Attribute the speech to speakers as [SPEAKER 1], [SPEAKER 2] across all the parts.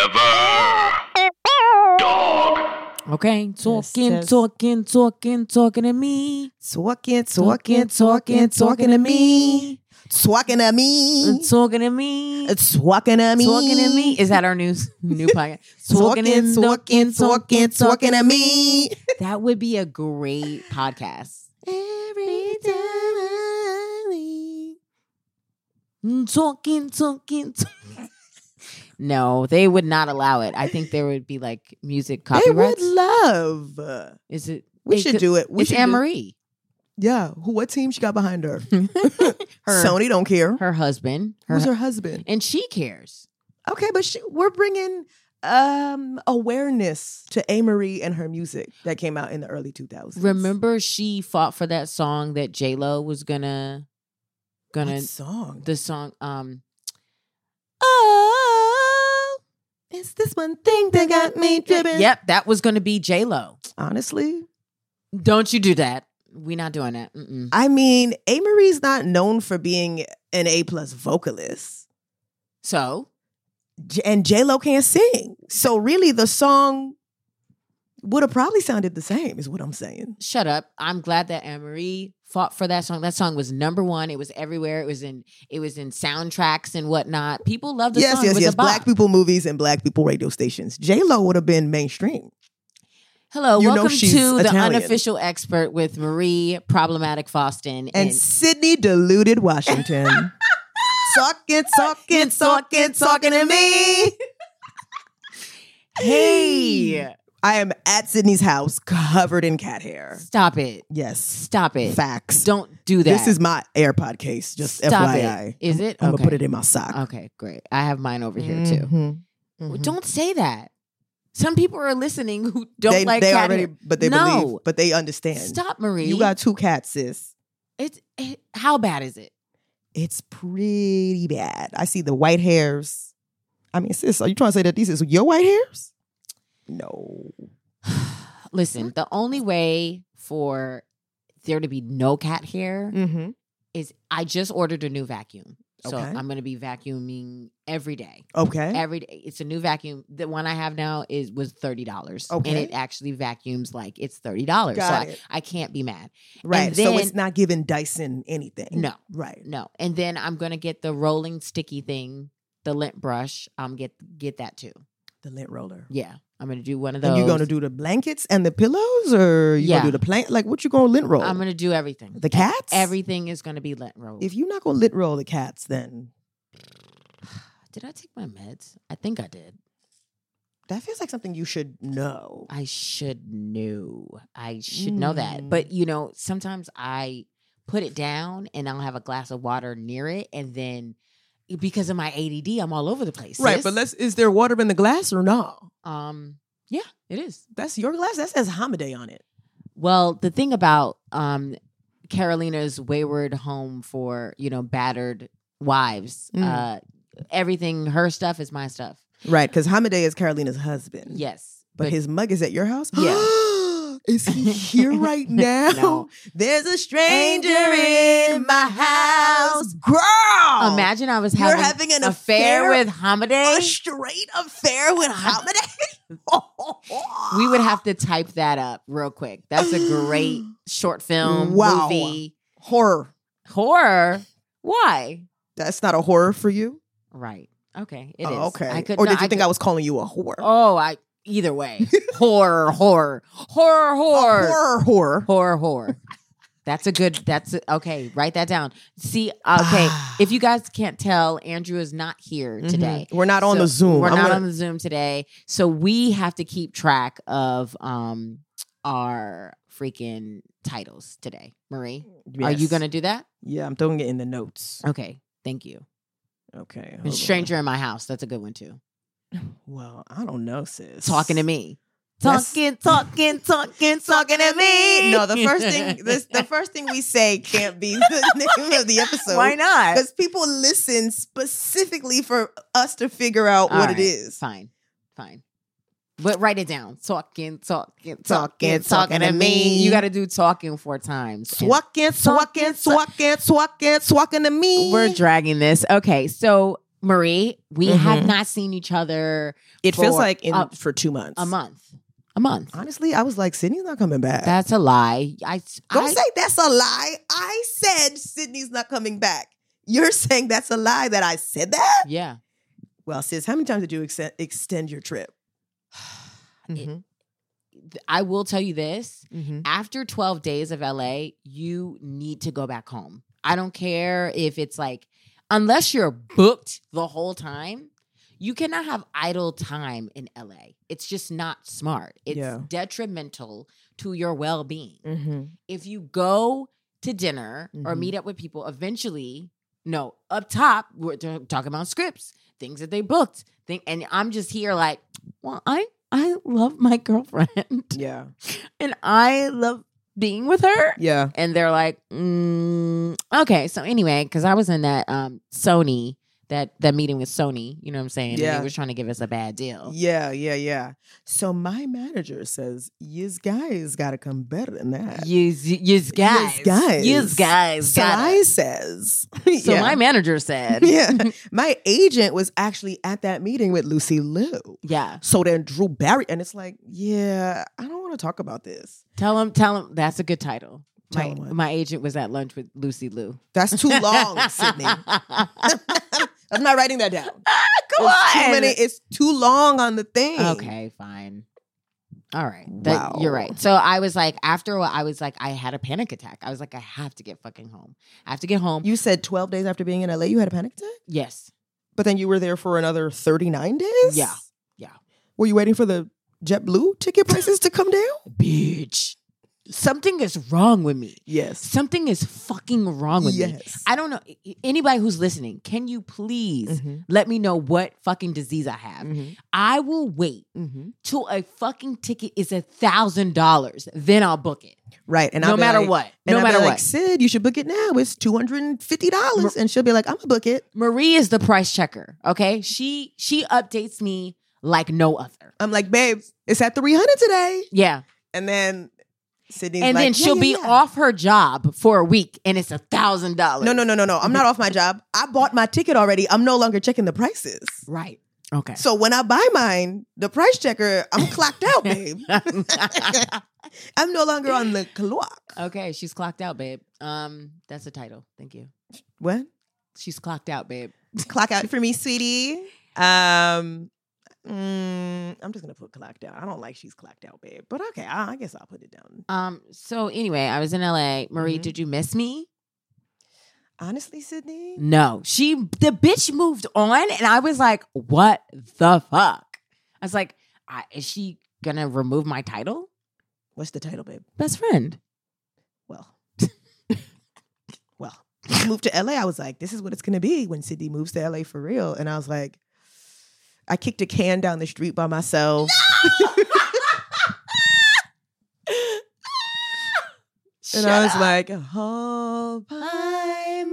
[SPEAKER 1] Forever. Dog.
[SPEAKER 2] Okay, talking,
[SPEAKER 3] says-
[SPEAKER 2] talking, talking, talking to me.
[SPEAKER 3] Talking, talking, talking, talking to me. Talking to me.
[SPEAKER 2] Talking to me.
[SPEAKER 3] It's talking to me.
[SPEAKER 2] Talking to me. Is that our new new podcast?
[SPEAKER 3] Talking, talking, talking, talking to me.
[SPEAKER 2] That would be a great podcast.
[SPEAKER 3] Every time I leave.
[SPEAKER 2] Mm, Talking, talking, talking. No, they would not allow it. I think there would be like music
[SPEAKER 3] They would
[SPEAKER 2] copyrights.
[SPEAKER 3] love.
[SPEAKER 2] Is it?
[SPEAKER 3] We
[SPEAKER 2] it
[SPEAKER 3] should
[SPEAKER 2] could-
[SPEAKER 3] do it. We
[SPEAKER 2] it's
[SPEAKER 3] should
[SPEAKER 2] Anne
[SPEAKER 3] do-
[SPEAKER 2] Marie.
[SPEAKER 3] Yeah. Who? What team she got behind her?
[SPEAKER 2] Her-
[SPEAKER 3] Sony don't care.
[SPEAKER 2] Her husband. Her,
[SPEAKER 3] Who's her husband?
[SPEAKER 2] and she cares.
[SPEAKER 3] Okay, but she, we're bringing um awareness to Amory and her music that came out in the early 2000s.
[SPEAKER 2] Remember, she fought for that song that J Lo was gonna gonna
[SPEAKER 3] What song?
[SPEAKER 2] the song. Um,
[SPEAKER 3] Oh, it's this one thing that got me dripping.
[SPEAKER 2] yep, that was gonna be J Lo.
[SPEAKER 3] Honestly,
[SPEAKER 2] Don't you do that? We not doing that. Mm-mm.
[SPEAKER 3] I mean, Amory's not known for being an A plus vocalist,
[SPEAKER 2] So
[SPEAKER 3] J- and J Lo can't sing. So really, the song would have probably sounded the same. Is what I'm saying.
[SPEAKER 2] shut up. I'm glad that Anne Marie fought for that song. That song was number one. It was everywhere. It was in it was in soundtracks and whatnot. People loved the
[SPEAKER 3] yes,
[SPEAKER 2] song. It
[SPEAKER 3] yes,
[SPEAKER 2] was a
[SPEAKER 3] yes.
[SPEAKER 2] bop.
[SPEAKER 3] Black people movies and black people radio stations. J Lo would have been mainstream.
[SPEAKER 2] Hello,
[SPEAKER 3] you know
[SPEAKER 2] welcome to
[SPEAKER 3] she's
[SPEAKER 2] the
[SPEAKER 3] Italian.
[SPEAKER 2] unofficial expert with Marie Problematic Faustin
[SPEAKER 3] and, Sydney deluded Washington. talking, talking, talking, talking to me.
[SPEAKER 2] Hey,
[SPEAKER 3] I am at Sydney's house covered in cat hair.
[SPEAKER 2] stop it.
[SPEAKER 3] Yes.
[SPEAKER 2] Stop it.
[SPEAKER 3] Facts.
[SPEAKER 2] Don't do that.
[SPEAKER 3] This is my AirPod case, just
[SPEAKER 2] Stop it.
[SPEAKER 3] FYI.
[SPEAKER 2] Is it?
[SPEAKER 3] I'm
[SPEAKER 2] Okay.
[SPEAKER 3] gonna put it in my sock.
[SPEAKER 2] Okay, great. I have mine over here too.
[SPEAKER 3] Mhm.
[SPEAKER 2] Well,
[SPEAKER 3] Mhm.
[SPEAKER 2] Don't say that. Some people are listening who don't
[SPEAKER 3] they,
[SPEAKER 2] like
[SPEAKER 3] they
[SPEAKER 2] cat
[SPEAKER 3] already
[SPEAKER 2] hair.
[SPEAKER 3] but they
[SPEAKER 2] No.
[SPEAKER 3] believe but they understand.
[SPEAKER 2] Stop, Marie.
[SPEAKER 3] You got two cats, sis.
[SPEAKER 2] it's it, how bad is it?
[SPEAKER 3] It's pretty bad. I see the white hairs. I mean, sis, are you trying to say that these is your white hairs? No.
[SPEAKER 2] Listen, the only way for there to be no cat hair
[SPEAKER 3] Mm-hmm.
[SPEAKER 2] is I just ordered a new vacuum. So
[SPEAKER 3] Okay.
[SPEAKER 2] I'm going to be vacuuming every day.
[SPEAKER 3] Okay.
[SPEAKER 2] Every day. It's a new vacuum. The one I have now is was $30. And
[SPEAKER 3] Okay.
[SPEAKER 2] it actually vacuums like it's $30. so
[SPEAKER 3] Got
[SPEAKER 2] I,
[SPEAKER 3] it.
[SPEAKER 2] I can't be mad.
[SPEAKER 3] Right.
[SPEAKER 2] And
[SPEAKER 3] so it's
[SPEAKER 2] then-
[SPEAKER 3] not giving Dyson anything.
[SPEAKER 2] No.
[SPEAKER 3] Right.
[SPEAKER 2] No. And then I'm going to get the rolling sticky thing, the lint brush. I'm get get that too.
[SPEAKER 3] The lint roller.
[SPEAKER 2] Yeah. I'm going to do one of those.
[SPEAKER 3] And you gonna do the blankets and the pillows or you
[SPEAKER 2] Yeah.
[SPEAKER 3] gonna do the plant like what you gonna lint roll?
[SPEAKER 2] I'm going to do everything.
[SPEAKER 3] the cats?
[SPEAKER 2] Everything is going to be lint rolled.
[SPEAKER 3] if you're not gonna lint roll the cats, then
[SPEAKER 2] Did I take my meds? I think I did.
[SPEAKER 3] that feels like something you should know.
[SPEAKER 2] I should know. I should know that.
[SPEAKER 3] Mm.
[SPEAKER 2] But you know, sometimes I put it down and I'll have a glass of water near it and then eh, because of my ADD, I'm all over the place. sis.
[SPEAKER 3] is there water in the glass or no?
[SPEAKER 2] um yeah, it is.
[SPEAKER 3] That's your glass? That says Hamaday on it.
[SPEAKER 2] Well, the thing about um Carolina's wayward home for, you know, battered wives,
[SPEAKER 3] Mm.
[SPEAKER 2] uh everything her stuff is my stuff.
[SPEAKER 3] Right, because Hamaday is Carolina's husband.
[SPEAKER 2] Yes.
[SPEAKER 3] But, his mug is at your house?
[SPEAKER 2] Yeah.
[SPEAKER 3] is he here right now?
[SPEAKER 2] No.
[SPEAKER 3] There's a stranger in my house. Girl!
[SPEAKER 2] Imagine I was
[SPEAKER 3] You're
[SPEAKER 2] having,
[SPEAKER 3] having an
[SPEAKER 2] affair,
[SPEAKER 3] affair-
[SPEAKER 2] with Hamaday.
[SPEAKER 3] a straight affair with Hamaday.
[SPEAKER 2] we would have to type that up real quick. That's a great short film
[SPEAKER 3] Wow.
[SPEAKER 2] movie
[SPEAKER 3] horror.
[SPEAKER 2] horror. Why?
[SPEAKER 3] That's not a horror for you.
[SPEAKER 2] Right. Okay, it is.
[SPEAKER 3] Oh, okay.
[SPEAKER 2] I could.
[SPEAKER 3] or
[SPEAKER 2] no,
[SPEAKER 3] did you
[SPEAKER 2] I
[SPEAKER 3] think
[SPEAKER 2] could-
[SPEAKER 3] I was calling you a whore?
[SPEAKER 2] Oh, I. Either way, horror, horror, horror, horror,
[SPEAKER 3] horror, horror.
[SPEAKER 2] horror, horror. That's a good. That's a, okay. Write that down. See, okay. if you guys can't tell, Andrew is not here
[SPEAKER 3] Mhm.
[SPEAKER 2] today.
[SPEAKER 3] We're not on
[SPEAKER 2] So
[SPEAKER 3] the Zoom.
[SPEAKER 2] We're
[SPEAKER 3] I'm
[SPEAKER 2] not
[SPEAKER 3] gonna-
[SPEAKER 2] on the Zoom today, so we have to keep track of um our freaking titles today. Marie, are you
[SPEAKER 3] Yes.
[SPEAKER 2] gonna do that?
[SPEAKER 3] Yeah, I'm throwing it in the notes.
[SPEAKER 2] Okay, thank you.
[SPEAKER 3] Oh, Okay. hold on.
[SPEAKER 2] There's a stranger in my house. That's a good one too.
[SPEAKER 3] Well, I don't know, sis.
[SPEAKER 2] Talking to me.
[SPEAKER 3] That's-
[SPEAKER 2] Talking, talking, talking, talking to me.
[SPEAKER 3] No, the first thing this, the first thing we say can't be the name of the episode.
[SPEAKER 2] Why not?
[SPEAKER 3] Because people listen specifically for us to figure out
[SPEAKER 2] All
[SPEAKER 3] what
[SPEAKER 2] right,
[SPEAKER 3] it is.
[SPEAKER 2] Fine, fine. But write it down. Talking, talking,
[SPEAKER 3] Talking,
[SPEAKER 2] talking,
[SPEAKER 3] talking
[SPEAKER 2] talking
[SPEAKER 3] to
[SPEAKER 2] to me.
[SPEAKER 3] me.
[SPEAKER 2] You got to do talking four times. And-
[SPEAKER 3] Swacking, swacking, swacking, swacking, swacking to me.
[SPEAKER 2] We're dragging this. Okay, so Marie, we have
[SPEAKER 3] Mhm.
[SPEAKER 2] not seen each other
[SPEAKER 3] it feels
[SPEAKER 2] for
[SPEAKER 3] like in
[SPEAKER 2] a-
[SPEAKER 3] for two months.
[SPEAKER 2] a month. A month.
[SPEAKER 3] Honestly, I was like, Sydney's not coming back.
[SPEAKER 2] That's a lie. I
[SPEAKER 3] Don't
[SPEAKER 2] I-
[SPEAKER 3] say that's a lie. I said Sydney's not coming back. You're saying that's a lie that I said that?
[SPEAKER 2] Yeah.
[SPEAKER 3] Well, sis, how many times did you extend, extend your trip?
[SPEAKER 2] Mhm.
[SPEAKER 3] Mm-hmm.
[SPEAKER 2] I will tell you this. After 12 days of LA, you need to go back home. I don't care if it's like unless you're booked the whole time, you cannot have idle time in LA. It's just not smart. It's
[SPEAKER 3] Yeah.
[SPEAKER 2] detrimental to your well-being.
[SPEAKER 3] Mm-hmm.
[SPEAKER 2] if you go to dinner or
[SPEAKER 3] Mhm.
[SPEAKER 2] meet up with people, eventually, no, up top, we're t- talking about scripts, things that they booked. Thing, and I'm just here like, well, I I love my girlfriend
[SPEAKER 3] Yeah.
[SPEAKER 2] and I love being with her.
[SPEAKER 3] Yeah.
[SPEAKER 2] And they're like, mm, okay. So anyway, because I was in that um, Sony that that meeting with Sony, you know what I'm saying? And
[SPEAKER 3] Yeah.
[SPEAKER 2] they were trying to give us a bad deal.
[SPEAKER 3] Oh. Yeah, yeah, yeah. So my manager says, "Yous guys got to come better than that."
[SPEAKER 2] You, you guys,
[SPEAKER 3] guys.
[SPEAKER 2] you guys,
[SPEAKER 3] so
[SPEAKER 2] got
[SPEAKER 3] I
[SPEAKER 2] it.
[SPEAKER 3] says,
[SPEAKER 2] So
[SPEAKER 3] Yeah.
[SPEAKER 2] my manager said,
[SPEAKER 3] yeah, my agent was actually at that meeting with Lucy Liu.
[SPEAKER 2] yeah.
[SPEAKER 3] So then Drew Barry, and it's like, yeah, I don't want to talk about this.
[SPEAKER 2] Tell him, tell him that's a good title.
[SPEAKER 3] Tell
[SPEAKER 2] my,
[SPEAKER 3] him what?
[SPEAKER 2] my agent was at lunch with Lucy Lou.
[SPEAKER 3] That's too long, Sydney. I'm not writing that down.
[SPEAKER 2] Come
[SPEAKER 3] It's too
[SPEAKER 2] on.
[SPEAKER 3] many. It's too long on the thing.
[SPEAKER 2] okay, fine. All right. That- You're
[SPEAKER 3] Wow.
[SPEAKER 2] right. So I was like, after a while, I was like, I had a panic attack. I was like, I have to get fucking home. I have to get home.
[SPEAKER 3] You said 12 days after being in LA, you had a panic attack,
[SPEAKER 2] yes.
[SPEAKER 3] but then you were there for another 39 days.
[SPEAKER 2] Yeah. Yeah.
[SPEAKER 3] Were you waiting for the JetBlue ticket prices to come down?
[SPEAKER 2] Bitch. Something is wrong with me.
[SPEAKER 3] Yes.
[SPEAKER 2] Something is fucking wrong with me.
[SPEAKER 3] yes.
[SPEAKER 2] I don't know. Anybody who's listening, can you please
[SPEAKER 3] Mhm.
[SPEAKER 2] let me know what fucking disease I have?
[SPEAKER 3] Mm-hmm.
[SPEAKER 2] I will wait till a fucking ticket is a thousand dollars, then I'll book it.
[SPEAKER 3] Right. And
[SPEAKER 2] no
[SPEAKER 3] I'll be
[SPEAKER 2] matter
[SPEAKER 3] like-
[SPEAKER 2] what.
[SPEAKER 3] and
[SPEAKER 2] No
[SPEAKER 3] I'll be
[SPEAKER 2] matter
[SPEAKER 3] like,
[SPEAKER 2] what.
[SPEAKER 3] Sid, you should book it now. It's two hundred and fifty dollars, and she'll be like, "I'm gonna book it."
[SPEAKER 2] Marie is the price checker. Okay. She she updates me like no other.
[SPEAKER 3] I'm like, "Babe, it's at three hundred today,"
[SPEAKER 2] Yeah.
[SPEAKER 3] and then Sydney's
[SPEAKER 2] and
[SPEAKER 3] like,
[SPEAKER 2] then
[SPEAKER 3] "Yeah,
[SPEAKER 2] she'll
[SPEAKER 3] yeah,
[SPEAKER 2] be
[SPEAKER 3] yeah."
[SPEAKER 2] off her job for a week and it's a thousand dollars.
[SPEAKER 3] No, no, no, no, no. I'm not off my job. I bought my ticket already. I'm no longer checking the prices.
[SPEAKER 2] Right. Okay.
[SPEAKER 3] So when I buy mine, the price checker, I'm clocked out, babe. I'm no longer on the clock.
[SPEAKER 2] okay, she's clocked out, babe. Um, that's the title. Thank you.
[SPEAKER 3] What?
[SPEAKER 2] She's clocked out, babe.
[SPEAKER 3] clock out for me, sweetie. Um, mm, I'm just gonna put clock down. I don't like she's clocked out, babe. But okay, I, I guess I'll put it down.
[SPEAKER 2] Um, so anyway, I was in LA. Marie,
[SPEAKER 3] Mhm.
[SPEAKER 2] did you miss me?
[SPEAKER 3] Honestly, Sydney,
[SPEAKER 2] No, she the bitch moved on, and I was like, "What the fuck?" I was like, I, "Is she gonna remove my title,
[SPEAKER 3] what's the title, babe?
[SPEAKER 2] best friend?"
[SPEAKER 3] Well, well, when I moved to LA. I was like, this is what it's gonna be when Sydney moves to LA for real. And I was like, I kicked a can down the street by myself. and I was like, all by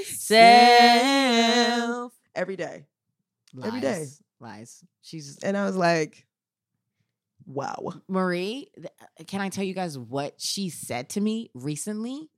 [SPEAKER 3] myself every day.
[SPEAKER 2] lies,
[SPEAKER 3] Every day.
[SPEAKER 2] lies. She's
[SPEAKER 3] And I was like, wow.
[SPEAKER 2] Marie. th- Can I tell you guys what she said to me recently?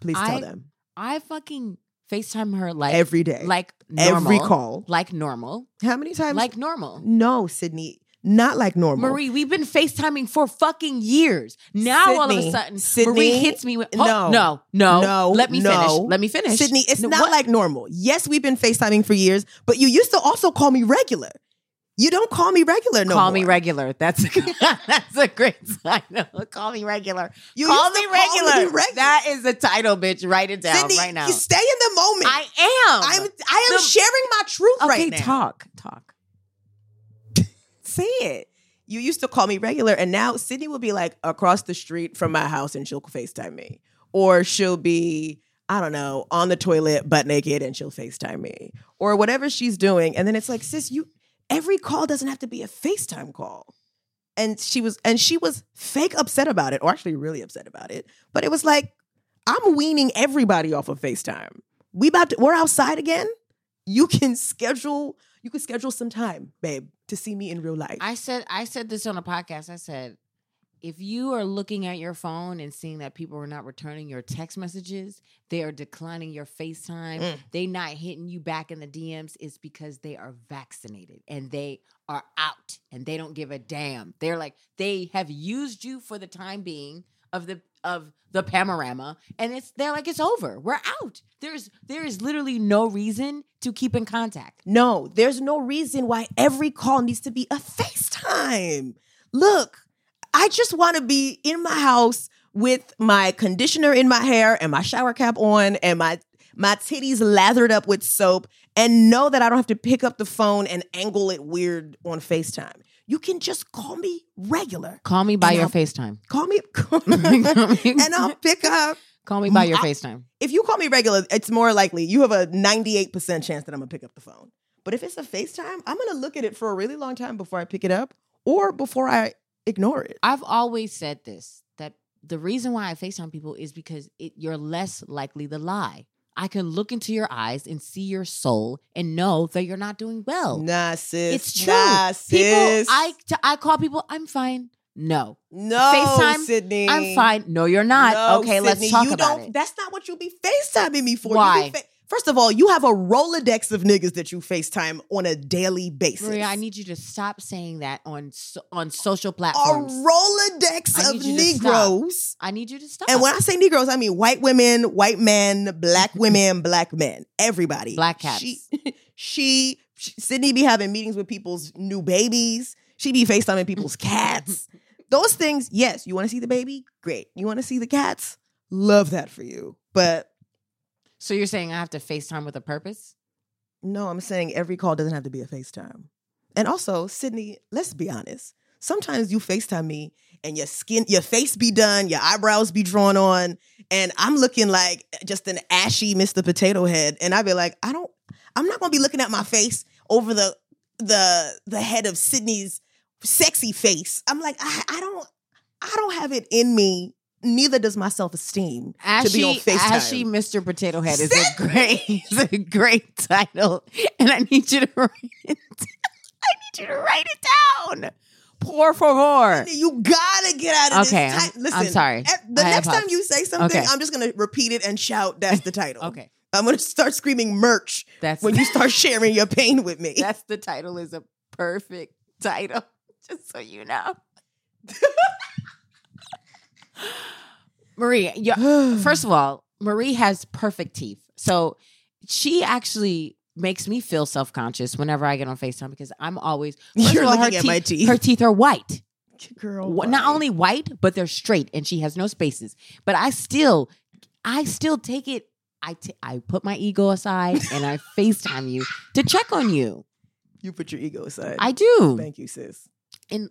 [SPEAKER 3] Please tell
[SPEAKER 2] I-
[SPEAKER 3] them
[SPEAKER 2] I fucking Facetime her like
[SPEAKER 3] every day,
[SPEAKER 2] like normal,
[SPEAKER 3] every call.
[SPEAKER 2] like normal,
[SPEAKER 3] How many times?
[SPEAKER 2] like normal.
[SPEAKER 3] no, Sydney. Not like normal.
[SPEAKER 2] Marie, we've been FaceTiming for fucking years. Now all of a
[SPEAKER 3] Sydney,
[SPEAKER 2] sudden, Marie
[SPEAKER 3] Sydney,
[SPEAKER 2] hits me with oh,
[SPEAKER 3] no,
[SPEAKER 2] no, no,
[SPEAKER 3] no,
[SPEAKER 2] Let me
[SPEAKER 3] no.
[SPEAKER 2] finish. Let me finish.
[SPEAKER 3] Sydney, it's
[SPEAKER 2] No,
[SPEAKER 3] not
[SPEAKER 2] what-
[SPEAKER 3] like normal. Yes, we've been FaceTiming for years, but you used to also call me regular. You don't call me regular no
[SPEAKER 2] call me
[SPEAKER 3] more.
[SPEAKER 2] regular. That's that's a great title. Call me regular.
[SPEAKER 3] You
[SPEAKER 2] call
[SPEAKER 3] used
[SPEAKER 2] me
[SPEAKER 3] to call
[SPEAKER 2] regular.
[SPEAKER 3] me regular.
[SPEAKER 2] That is the title, bitch. Write it down
[SPEAKER 3] Sydney,
[SPEAKER 2] right now.
[SPEAKER 3] you stay in the moment.
[SPEAKER 2] I am.
[SPEAKER 3] I'm I am
[SPEAKER 2] The-
[SPEAKER 3] sharing my truth
[SPEAKER 2] okay.
[SPEAKER 3] right now.
[SPEAKER 2] talk, talk.
[SPEAKER 3] Say it. You used to call me regular, and now Sydney will be like across the street from my house, and she'll Facetime me, or she'll be I don't know on the toilet, butt naked, and she'll Facetime me, or whatever she's doing. And then it's like, sis, you every call doesn't have to be a Facetime call. And she was and she was fake upset about it, or actually really upset about it. But it was like, I'm weaning everybody off of FaceTime. We about to, we're outside again. You can schedule you can schedule some time, babe, to see me in real life.
[SPEAKER 2] I said I said this on a podcast. I said if you are looking at your phone and seeing that people are not returning your text messages, they are declining your FaceTime,
[SPEAKER 3] Mm.
[SPEAKER 2] they not hitting you back in the DMs, it's because they are vaccinated and they are out and they don't give a damn. They're like they have used you for the time being of the of the panorama and it's they're like it's over. We're out. There's there is literally no reason to keep in contact.
[SPEAKER 3] No, there's no reason why every call needs to be a FaceTime. Look, I just want to be in my house with my conditioner in my hair and my shower cap on and my my titties lathered up with soap and know that I don't have to pick up the phone and angle it weird on FaceTime. You can just call me regular.
[SPEAKER 2] Call me by
[SPEAKER 3] And
[SPEAKER 2] your
[SPEAKER 3] I'll-
[SPEAKER 2] FaceTime.
[SPEAKER 3] Call me and
[SPEAKER 2] and
[SPEAKER 3] I'll pick up.
[SPEAKER 2] Call me by your
[SPEAKER 3] Mm, I-
[SPEAKER 2] FaceTime.
[SPEAKER 3] If you call me regular, it's more likely you have a 98% chance that I'm gonna pick up the phone. But if it's a FaceTime, I'm gonna look at it for a really long time before I pick it up or before I ignore it.
[SPEAKER 2] I've always said this that the reason why I FaceTime people is because it, you're less likely to lie. I can look into your eyes and see your soul and know that you're not doing well.
[SPEAKER 3] Nah, sis.
[SPEAKER 2] it's true.
[SPEAKER 3] Nah,
[SPEAKER 2] people,
[SPEAKER 3] sis.
[SPEAKER 2] I, t- I call people, I'm fine. No,
[SPEAKER 3] no,
[SPEAKER 2] FaceTime,
[SPEAKER 3] Sydney.
[SPEAKER 2] I'm fine. No, you're not.
[SPEAKER 3] No,
[SPEAKER 2] okay,
[SPEAKER 3] Sydney,
[SPEAKER 2] let's talk
[SPEAKER 3] you
[SPEAKER 2] about
[SPEAKER 3] don't,
[SPEAKER 2] it.
[SPEAKER 3] That's not what you be FaceTiming me for. You be
[SPEAKER 2] Why?
[SPEAKER 3] fa- First of all, you have a Rolodex of niggas that you FaceTime on a daily basis.
[SPEAKER 2] Maria, I need you to stop saying that on so, on social
[SPEAKER 3] a
[SPEAKER 2] platforms. I
[SPEAKER 3] Rolodex
[SPEAKER 2] need
[SPEAKER 3] of
[SPEAKER 2] you to stop.
[SPEAKER 3] Negroes.
[SPEAKER 2] I need you to stop.
[SPEAKER 3] And when I say Negroes, I mean white women, white men, black women, black men, everybody.
[SPEAKER 2] Black cats.
[SPEAKER 3] She, she, she- Sydney be having meetings with people's new babies. She be FaceTiming people's cats. Those things, yes, you want to see the baby? Great. You want to see the cats? Love that for you. But
[SPEAKER 2] so you're saying I have to FaceTime with a purpose?
[SPEAKER 3] no, I'm saying every call doesn't have to be a FaceTime. And also, Sydney, let's be honest. Sometimes you FaceTime me and your skin, your face be done, your eyebrows be drawn on, and I'm looking like just an ashy Mr. Potato Head. And I be like, I don't, I'm not gonna be looking at my face over the the the head of Sydney's sexy face. I'm like, I, I don't, I don't have it in me. Neither does my self esteem to be on FaceTime.
[SPEAKER 2] Ashy Mr. Potato Head is a great, is a great title, and I need you to write it. I need you to write it down. Por favor.
[SPEAKER 3] You gotta get out of
[SPEAKER 2] Okay,
[SPEAKER 3] this.
[SPEAKER 2] I'm-
[SPEAKER 3] ti- Listen,
[SPEAKER 2] I'm sorry.
[SPEAKER 3] e- The
[SPEAKER 2] I
[SPEAKER 3] next
[SPEAKER 2] apologize.
[SPEAKER 3] time you say something,
[SPEAKER 2] Okay.
[SPEAKER 3] I'm just gonna repeat it and shout. That's the title.
[SPEAKER 2] Okay,
[SPEAKER 3] I'm gonna start screaming merch
[SPEAKER 2] that's
[SPEAKER 3] when you start sharing your pain with me.
[SPEAKER 2] that's the title is a perfect title, just so you know. Marie, you First of all, Marie has perfect teeth. So she actually makes me feel self conscious whenever I get on FaceTime because I'm always first of
[SPEAKER 3] You're
[SPEAKER 2] all, her
[SPEAKER 3] looking at my teeth.
[SPEAKER 2] Her teeth are white.
[SPEAKER 3] girl,
[SPEAKER 2] Wh- Not only white, but they're straight and she has no spaces. But I still I still take it I t- I put my ego aside and I FaceTime you to check on you.
[SPEAKER 3] you put your ego aside.
[SPEAKER 2] I do.
[SPEAKER 3] Thank you, sis.
[SPEAKER 2] And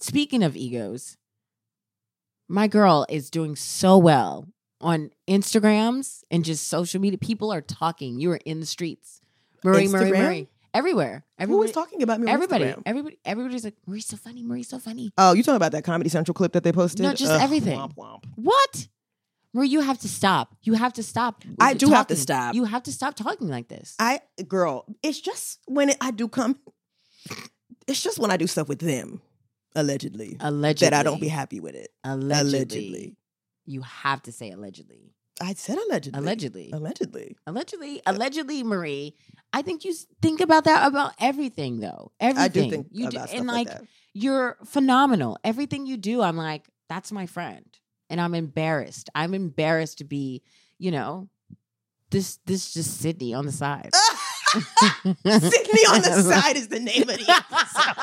[SPEAKER 2] speaking of egos, my girl is doing so well on Instagrams and just social media. People are talking. You are in the streets. Marie, Marie,
[SPEAKER 3] Instagram?
[SPEAKER 2] Marie. Everywhere.
[SPEAKER 3] Who
[SPEAKER 2] Everybody,
[SPEAKER 3] was talking about me? On
[SPEAKER 2] everybody,
[SPEAKER 3] Instagram?
[SPEAKER 2] everybody, everybody's like, Marie's so funny, Marie's so funny.
[SPEAKER 3] Oh, you talking about that Comedy Central clip that they posted?
[SPEAKER 2] No, just
[SPEAKER 3] Ugh,
[SPEAKER 2] everything.
[SPEAKER 3] Womp womp.
[SPEAKER 2] What? Marie, you have to stop. You have to stop.
[SPEAKER 3] I do have to
[SPEAKER 2] talking.
[SPEAKER 3] stop.
[SPEAKER 2] You have to stop talking like this.
[SPEAKER 3] I girl, it's just when I do come, it's just when I do stuff with them, allegedly,
[SPEAKER 2] allegedly.
[SPEAKER 3] that I don't be happy with it.
[SPEAKER 2] allegedly.
[SPEAKER 3] allegedly.
[SPEAKER 2] You have to say allegedly.
[SPEAKER 3] I said allegedly.
[SPEAKER 2] Allegedly.
[SPEAKER 3] Allegedly.
[SPEAKER 2] Allegedly, allegedly, Marie. I think you s- think about that about everything, though. Everything
[SPEAKER 3] I do think
[SPEAKER 2] you
[SPEAKER 3] about stuff
[SPEAKER 2] and
[SPEAKER 3] like,
[SPEAKER 2] like
[SPEAKER 3] that.
[SPEAKER 2] you're phenomenal. Everything you do, I'm like, that's my friend, and I'm embarrassed. I'm embarrassed to be, you know, this this just Sydney on the side.
[SPEAKER 3] Sydney on the side is the name of the episode.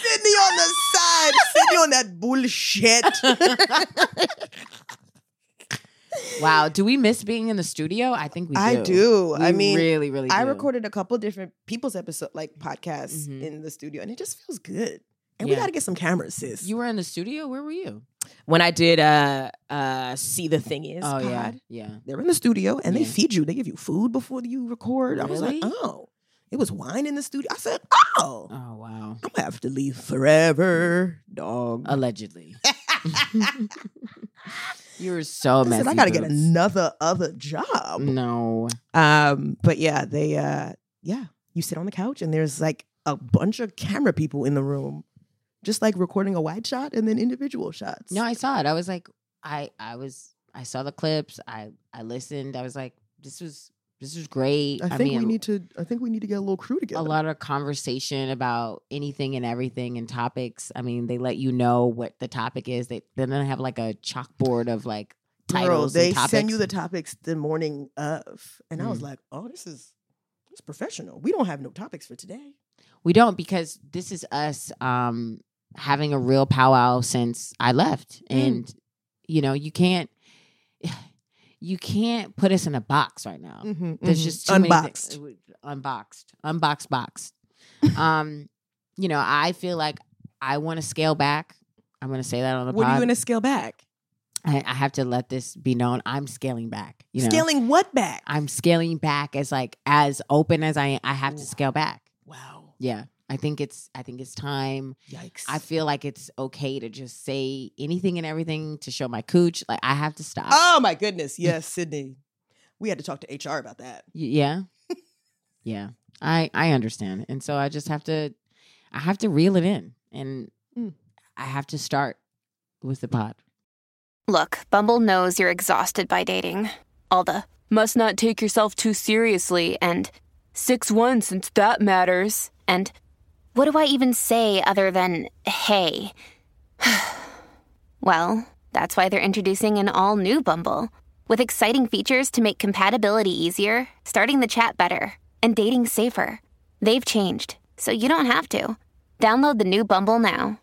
[SPEAKER 3] Sydney on the side. Sydney on that bullshit.
[SPEAKER 2] wow, do we miss being in the studio? I think we. Do.
[SPEAKER 3] I do. I
[SPEAKER 2] We
[SPEAKER 3] mean,
[SPEAKER 2] really, really.
[SPEAKER 3] I
[SPEAKER 2] do.
[SPEAKER 3] recorded a couple different people's episode, like podcasts
[SPEAKER 2] Mhm.
[SPEAKER 3] in the studio, and it just feels good. And we
[SPEAKER 2] Yeah.
[SPEAKER 3] got to get some cameras, sis.
[SPEAKER 2] You were in the studio. Where were you?
[SPEAKER 3] when I did uh uh see the thing is,
[SPEAKER 2] oh yeah,
[SPEAKER 3] pod,
[SPEAKER 2] yeah.
[SPEAKER 3] they're in the studio and they
[SPEAKER 2] Yeah.
[SPEAKER 3] feed you. They give you food before you record. I was like,
[SPEAKER 2] Really?
[SPEAKER 3] oh, it was wine in the studio. I said, oh,
[SPEAKER 2] Oh wow.
[SPEAKER 3] I'm gonna have to leave forever, dog.
[SPEAKER 2] Allegedly. you were so
[SPEAKER 3] I
[SPEAKER 2] messy.
[SPEAKER 3] said, I gotta get
[SPEAKER 2] Boots.
[SPEAKER 3] another other
[SPEAKER 2] Mm.
[SPEAKER 3] job.
[SPEAKER 2] No.
[SPEAKER 3] Um, but yeah, they uh yeah, you sit on the couch and there's like a bunch of camera people in the room, just like recording a wide shot and then individual shots.
[SPEAKER 2] No, I saw it. I was like, I I was I saw the clips. I I listened. I was like, this was this was great.
[SPEAKER 3] I think we need to. I think we need to get a little crew together.
[SPEAKER 2] a lot of conversation about anything and everything and topics. I mean, they let you know what the topic is. They then they have like a chalkboard of like
[SPEAKER 3] Girl,
[SPEAKER 2] titles
[SPEAKER 3] they
[SPEAKER 2] and topics. Mm.
[SPEAKER 3] send you the topics the morning of, and I was like, "Oh, this is this is professional. We don't have no topics for today."
[SPEAKER 2] We don't because this is us um having a real powwow since I left.
[SPEAKER 3] Mm.
[SPEAKER 2] And you know, you can't you can't put us in a box right now. Oh, There's just too
[SPEAKER 3] Mm, Mm-hmm, unboxed.
[SPEAKER 2] Many thi- unboxed. Unboxed boxed. um, you know, I feel like I want to scale back. I'm gonna say that on the
[SPEAKER 3] What are you
[SPEAKER 2] pod.
[SPEAKER 3] going to scale back?
[SPEAKER 2] I, I have to let this be known. I'm scaling back. You know,
[SPEAKER 3] Scaling what back?
[SPEAKER 2] I'm scaling back as like as open as I I have to scale back.
[SPEAKER 3] wow!
[SPEAKER 2] Yeah. I think it's I think it's time.
[SPEAKER 3] Yikes!
[SPEAKER 2] I feel like it's okay to just say anything and everything to show my cooch. Like I have to stop.
[SPEAKER 3] oh my goodness! Yes, Sydney. We had to talk to HR about that.
[SPEAKER 2] Y- yeah. yeah. I I understand. And so I just have to I have to reel it in and
[SPEAKER 3] Mm.
[SPEAKER 2] I have to start with the pod.
[SPEAKER 4] Look, Bumble knows you're exhausted by dating. All the must not take yourself too seriously and 6 1 since that matters. And what do I even say other than hey? well, that's why they're introducing an all new Bumble with exciting features to make compatibility easier, starting the chat better, and dating safer. They've changed, so you don't have to. Download the new Bumble now.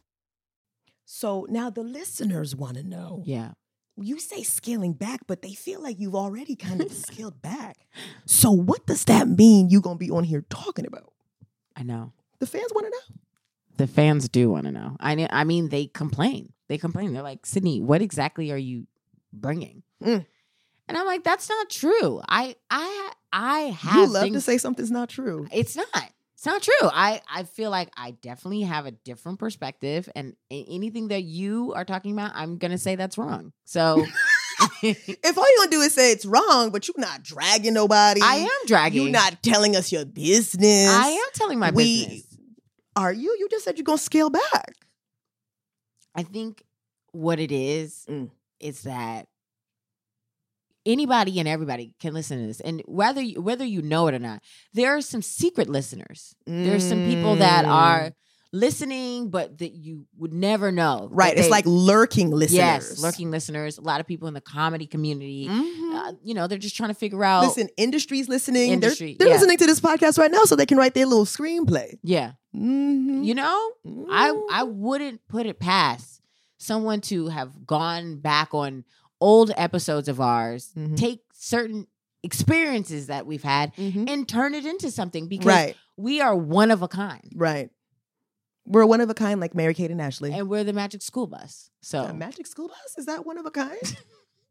[SPEAKER 3] So now the listeners want to know.
[SPEAKER 2] Yeah.
[SPEAKER 3] You say scaling back, but they feel like you've already kind of scaled back. So what does that mean? You gonna be on here talking about?
[SPEAKER 2] I know.
[SPEAKER 3] The fans want to know.
[SPEAKER 2] The fans do want to know. I kn- I mean they complain. They complain. They're like, "Sydney, what exactly are you bringing?"
[SPEAKER 3] Mm.
[SPEAKER 2] And I'm like, "That's not true. I I I have
[SPEAKER 3] You love to
[SPEAKER 2] things-
[SPEAKER 3] say something's not true.
[SPEAKER 2] It's not. It's not true. I I feel like I definitely have a different perspective, and a- anything that you are talking about, I'm gonna say that's wrong. So
[SPEAKER 3] If all you gonna do is say it's wrong, but you're not dragging nobody.
[SPEAKER 2] I am dragging.
[SPEAKER 3] You're not telling us your business.
[SPEAKER 2] I am telling my
[SPEAKER 3] We-
[SPEAKER 2] business.
[SPEAKER 3] Are you? You just said you're gonna scale back.
[SPEAKER 2] I think what it is
[SPEAKER 3] Mm.
[SPEAKER 2] is that anybody and everybody can listen to this, and whether you, whether you know it or not, there are some secret listeners. There's some people that
[SPEAKER 3] Mm.
[SPEAKER 2] are listening, but that you would never know. that
[SPEAKER 3] Mm. right. It's
[SPEAKER 2] they-
[SPEAKER 3] like lurking listeners.
[SPEAKER 2] Yes, lurking listeners. A lot of people in the comedy community.
[SPEAKER 3] Mhm.
[SPEAKER 2] Uh, you know, they're just trying to figure out.
[SPEAKER 3] Listen, industry's listening.
[SPEAKER 2] Oh. Industry,
[SPEAKER 3] they're they're
[SPEAKER 2] yeah.
[SPEAKER 3] listening to this podcast right now, so they can write their little screenplay.
[SPEAKER 2] Yeah,
[SPEAKER 3] Mm-hmm.
[SPEAKER 2] you know, I I wouldn't put it past someone to have gone back on old episodes of ours,
[SPEAKER 3] Mhm.
[SPEAKER 2] take certain experiences that we've had,
[SPEAKER 3] Mhm.
[SPEAKER 2] and turn it into something because
[SPEAKER 3] right,
[SPEAKER 2] we are one of a kind,
[SPEAKER 3] right. We're one of a kind, like Mary Kate and Ashley.
[SPEAKER 2] and we're the Magic School Bus. So
[SPEAKER 3] A magic school bus is that one of a kind?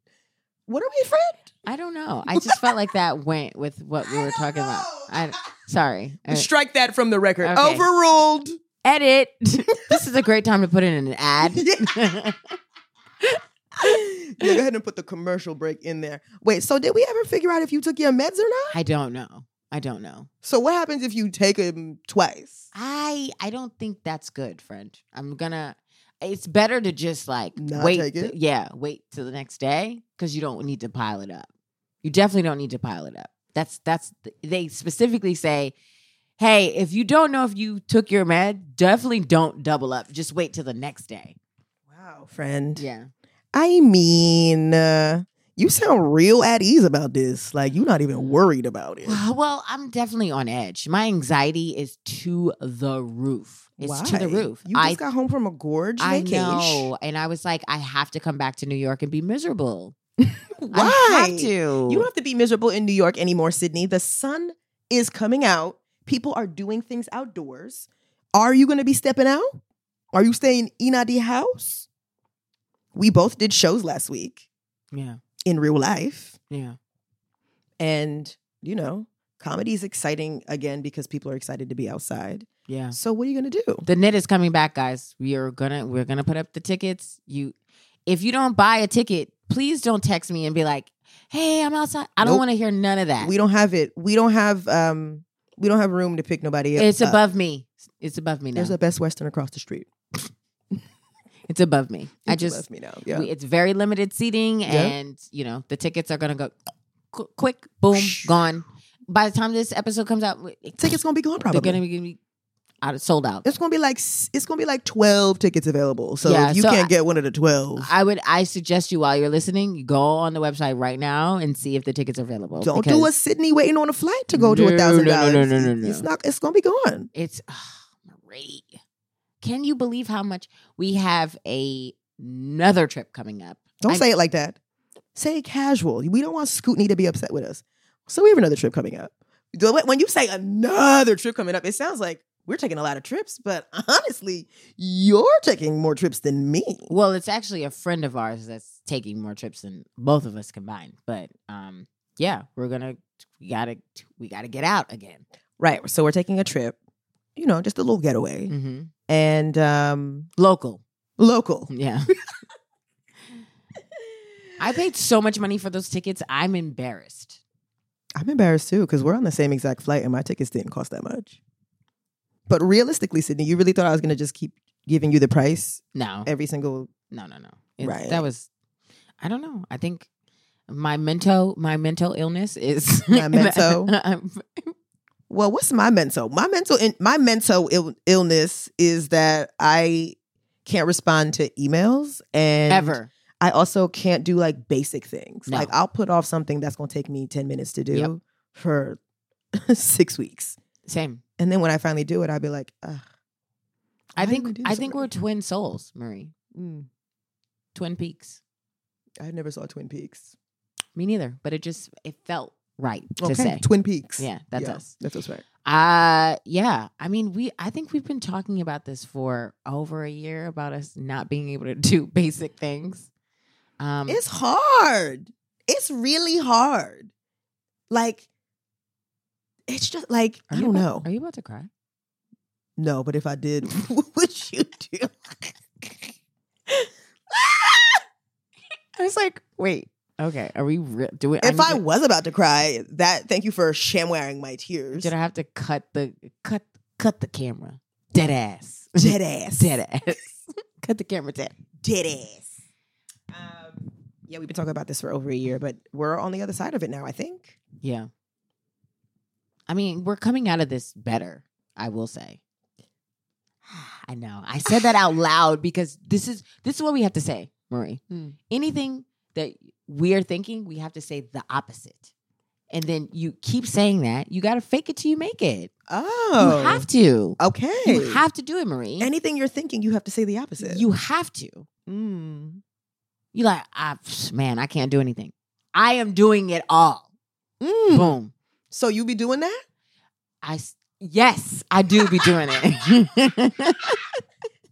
[SPEAKER 3] what are we, friend?
[SPEAKER 2] I don't know. I just felt like that went with what we were talking about. I sorry. Uh,
[SPEAKER 3] Strike that from the record.
[SPEAKER 2] Okay.
[SPEAKER 3] Overruled.
[SPEAKER 2] edit. this is a great time to put in an ad.
[SPEAKER 3] Yeah. yeah, go ahead and put the commercial break in there. Wait, so did we ever figure out if you took your meds or not?
[SPEAKER 2] I don't know. I don't know.
[SPEAKER 3] So what happens if you take them twice?
[SPEAKER 2] I I don't think that's good, friend. I'm gonna it's better to just like
[SPEAKER 3] Not
[SPEAKER 2] wait.
[SPEAKER 3] take it?
[SPEAKER 2] t- yeah, wait till the next day because you don't need to pile it up. You definitely don't need to pile it up. That's that's they specifically say, hey, if you don't know if you took your med, definitely don't double up. Just wait till the next day.
[SPEAKER 3] Wow, friend.
[SPEAKER 2] Yeah,
[SPEAKER 3] I mean, uh, you sound real at ease about this. Like you're not even worried about it.
[SPEAKER 2] well, I'm definitely on edge. My anxiety is to the roof. It's to the
[SPEAKER 3] Why?
[SPEAKER 2] roof.
[SPEAKER 3] You just got home from a gorge
[SPEAKER 2] I
[SPEAKER 3] vacation.
[SPEAKER 2] know, and I was like, I have to come back to New York and be miserable.
[SPEAKER 3] Why?
[SPEAKER 2] I have to.
[SPEAKER 3] You don't have to be miserable in New York anymore, Sydney. The sun is coming out. People are doing things outdoors. Are you going to be stepping out? Are you staying in at the house? We both did shows last week
[SPEAKER 2] yeah,
[SPEAKER 3] in real life.
[SPEAKER 2] yeah.
[SPEAKER 3] And, you know, comedy is exciting again because people are excited to be outside.
[SPEAKER 2] Yeah.
[SPEAKER 3] So, what are you going to do?
[SPEAKER 2] The knit is coming back, guys. We are gonna we're gonna put up the tickets. You if you don't buy a ticket, please don't text me and be like, hey, I'm outside. I don't
[SPEAKER 3] Nope.
[SPEAKER 2] want to hear none of that.
[SPEAKER 3] We don't have it. We don't have um we don't have room to pick nobody up.
[SPEAKER 2] it's
[SPEAKER 3] up.
[SPEAKER 2] above me. It's above me now.
[SPEAKER 3] There's a Best Western across the street.
[SPEAKER 2] it's above me. I
[SPEAKER 3] It's
[SPEAKER 2] just
[SPEAKER 3] above me now. Yeah.
[SPEAKER 2] we- it's very limited seating
[SPEAKER 3] Yeah.
[SPEAKER 2] and you know, the tickets are gonna go qu- quick, boom, gone. By the time this episode comes out, w-
[SPEAKER 3] Tickets going to be gone probably.
[SPEAKER 2] they're gonna be, gonna be out sold out.
[SPEAKER 3] it's gonna be like s- it's gonna be like twelve tickets available. So
[SPEAKER 2] Yeah,
[SPEAKER 3] if you
[SPEAKER 2] so
[SPEAKER 3] can't
[SPEAKER 2] I-
[SPEAKER 3] get one of the twelve,
[SPEAKER 2] I would I suggest you while you're listening, you go on the website right now and see if the tickets are available.
[SPEAKER 3] don't do
[SPEAKER 2] because-
[SPEAKER 3] a Sydney waiting on a flight to go to
[SPEAKER 2] No,
[SPEAKER 3] a thousand dollars.
[SPEAKER 2] no, no, no, no,
[SPEAKER 3] It's
[SPEAKER 2] no.
[SPEAKER 3] not. It's gonna be gone.
[SPEAKER 2] It's oh, Marie. Can you believe how much we have a another trip coming up?
[SPEAKER 3] Don't
[SPEAKER 2] I-
[SPEAKER 3] say it like that. Say it casual. We don't want Scootney to be upset with us. So we have another trip coming up. The way- When you say another trip coming up, it sounds like we're taking a lot of trips. But honestly, you're taking more trips than me.
[SPEAKER 2] Well, it's actually a friend of ours that's taking more trips than both of us combined. But um, yeah, we're gonna we gotta we gotta get out again.
[SPEAKER 3] Right. So we're taking a trip. You know, just a little getaway
[SPEAKER 2] Mm-hmm.
[SPEAKER 3] and um
[SPEAKER 2] Local,
[SPEAKER 3] local.
[SPEAKER 2] yeah. I paid so much money for those tickets. I'm embarrassed.
[SPEAKER 3] I'm embarrassed too because we're on the same exact flight and my tickets didn't cost that much. But realistically, Sydney, you really thought I was going to just keep giving you the price
[SPEAKER 2] No,
[SPEAKER 3] every single.
[SPEAKER 2] no, no, no. It's,
[SPEAKER 3] Right.
[SPEAKER 2] That was. I don't know. I think my mental my mental illness is
[SPEAKER 3] My mental? Well, what's my mental? My mental in, my mental Ill- illness is that I can't respond to emails and
[SPEAKER 2] ever.
[SPEAKER 3] I also can't do like basic things.
[SPEAKER 2] No.
[SPEAKER 3] Like I'll put off something that's going to take me 10 minutes to do
[SPEAKER 2] Yep.
[SPEAKER 3] for 6 weeks.
[SPEAKER 2] Same.
[SPEAKER 3] And then when I finally do it, I'll be like, Ugh,
[SPEAKER 2] I
[SPEAKER 3] Why didn't we
[SPEAKER 2] think
[SPEAKER 3] do
[SPEAKER 2] I
[SPEAKER 3] this
[SPEAKER 2] think we're
[SPEAKER 3] already?
[SPEAKER 2] twin souls, Marie. Twin peaks.
[SPEAKER 3] mm, I never saw Twin Peaks.
[SPEAKER 2] Me neither. But it just it felt right to say.
[SPEAKER 3] Twin Peaks.
[SPEAKER 2] yeah, that's
[SPEAKER 3] Yeah,
[SPEAKER 2] us.
[SPEAKER 3] That's us right.
[SPEAKER 2] Uh yeah. I mean, we I think we've been talking about this for over a year about us not being able to do basic things. Um
[SPEAKER 3] It's hard. It's really hard. Like, it's just like
[SPEAKER 2] are
[SPEAKER 3] I
[SPEAKER 2] you
[SPEAKER 3] don't know.
[SPEAKER 2] about- Are you about to cry?
[SPEAKER 3] No, but if I did, what would you do?
[SPEAKER 2] I was like, wait, okay. Are we re- doing
[SPEAKER 3] if I
[SPEAKER 2] need to-
[SPEAKER 3] was about to cry, that thank you for shamwaring my tears.
[SPEAKER 2] did I have to cut the cut cut the camera. Dead ass.
[SPEAKER 3] Dead ass.
[SPEAKER 2] dead ass. cut the camera dead.
[SPEAKER 3] Dead ass. Um, yeah, we've been talking about this for over a year, but we're on the other side of it now. I think.
[SPEAKER 2] Yeah. I mean, we're coming out of this better, I will say. I know. I said that out loud because this is this is what we have to say, Marie. Anything that we're thinking, we have to say the opposite. And then you keep saying that. You got to fake it till you make it.
[SPEAKER 3] Oh,
[SPEAKER 2] You have to.
[SPEAKER 3] Okay.
[SPEAKER 2] You have to do it, Marie.
[SPEAKER 3] anything you're thinking, you have to say the opposite.
[SPEAKER 2] you have to.
[SPEAKER 3] Mm.
[SPEAKER 2] You like, ah, psh, man, I can't do anything. I am doing it all.
[SPEAKER 3] Mm.
[SPEAKER 2] Boom.
[SPEAKER 3] So you be doing that?
[SPEAKER 2] I s- yes, I do be doing it.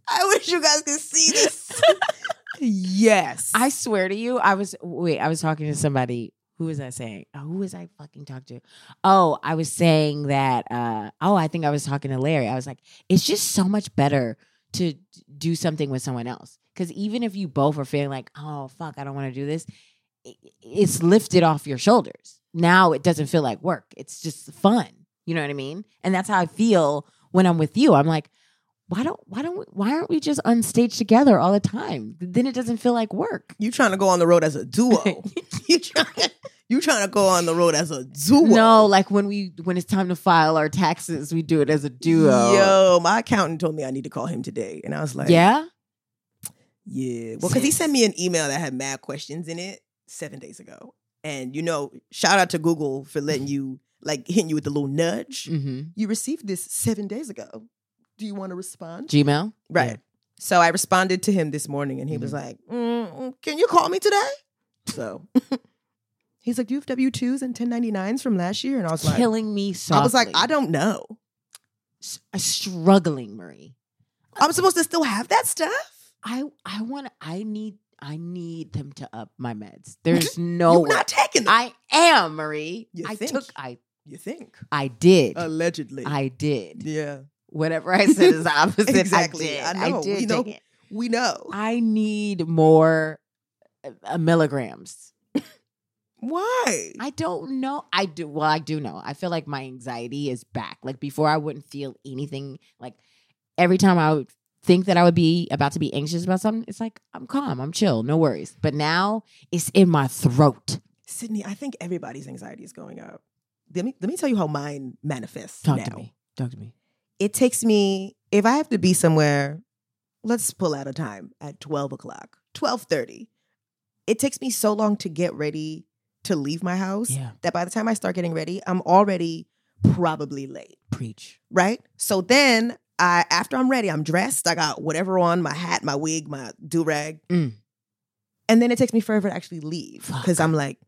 [SPEAKER 3] I wish you guys could see this. yes.
[SPEAKER 2] I swear to you, I was wait, I was talking to somebody. Who was I saying? Oh, who was I fucking talking to? Oh, I was saying that. Uh, oh, I think I was talking to Larry. I was like, it's just so much better to do something with someone else because even if you both are feeling like, oh fuck, I don't want to do this, i- it's lifted off your shoulders. Now it doesn't feel like work. It's just fun. You know what I mean? And that's how I feel when I'm with you. I'm like, why don't why don't we, why aren't we just on stage together all the time? Then it doesn't feel like work.
[SPEAKER 3] You trying to go on the road as a duo. you trying you trying to go on the road as a duo.
[SPEAKER 2] No, like when we when it's time to file our taxes, we do it as a duo.
[SPEAKER 3] Yo, my accountant told me I need to call him today. And I was like,
[SPEAKER 2] yeah.
[SPEAKER 3] Yeah. Well, because he sent me an email that had mad questions in it seven days ago. And you know, shout out to Google for letting you like hitting you with a little nudge.
[SPEAKER 2] Mm-hmm.
[SPEAKER 3] You received this seven days ago. Do you want to respond?
[SPEAKER 2] Gmail.
[SPEAKER 3] Right. So I responded to him this morning and he was like, "Mm, Can you call me today? So he's like, Do you have W 2s and 1099s from last year? And I was like,
[SPEAKER 2] Killing me softly.
[SPEAKER 3] I was like, I don't know.
[SPEAKER 2] S- uh, struggling, Marie.
[SPEAKER 3] I'm supposed to still have that stuff?
[SPEAKER 2] I I want I need I need them to up my meds. There's no
[SPEAKER 3] You're
[SPEAKER 2] way.
[SPEAKER 3] not taking them.
[SPEAKER 2] I am Marie.
[SPEAKER 3] You
[SPEAKER 2] I
[SPEAKER 3] think.
[SPEAKER 2] took I
[SPEAKER 3] you think.
[SPEAKER 2] I did.
[SPEAKER 3] Allegedly.
[SPEAKER 2] I did.
[SPEAKER 3] yeah.
[SPEAKER 2] Whatever I said is the opposite.
[SPEAKER 3] Exactly.
[SPEAKER 2] I did.
[SPEAKER 3] I know.
[SPEAKER 2] did
[SPEAKER 3] We know.
[SPEAKER 2] take it.
[SPEAKER 3] We know.
[SPEAKER 2] I need more uh, uh, milligrams.
[SPEAKER 3] Why?
[SPEAKER 2] I don't know. I do. Well, I do know. I feel like my anxiety is back. Like before, I wouldn't feel anything. Like every time I would think that I would be about to be anxious about something, it's like I'm calm, I'm chill, no worries. But now it's in my throat.
[SPEAKER 3] Sydney, I think everybody's anxiety is going up. Let me let me tell you how mine manifests
[SPEAKER 2] Talk
[SPEAKER 3] now.
[SPEAKER 2] to me. Talk to me.
[SPEAKER 3] It takes me if I have to be somewhere, let's pull out a time at twelve o'clock, twelve thirty. It takes me so long to get ready to leave my house
[SPEAKER 2] Yeah.
[SPEAKER 3] that by the time I start getting ready, I'm already probably late.
[SPEAKER 2] Preach.
[SPEAKER 3] right? So then I after I'm ready, I'm dressed, I got whatever on, my hat, my wig, my do-rag.
[SPEAKER 2] Mm.
[SPEAKER 3] And then it takes me forever to actually leave
[SPEAKER 2] Fuck.
[SPEAKER 3] cuz I'm like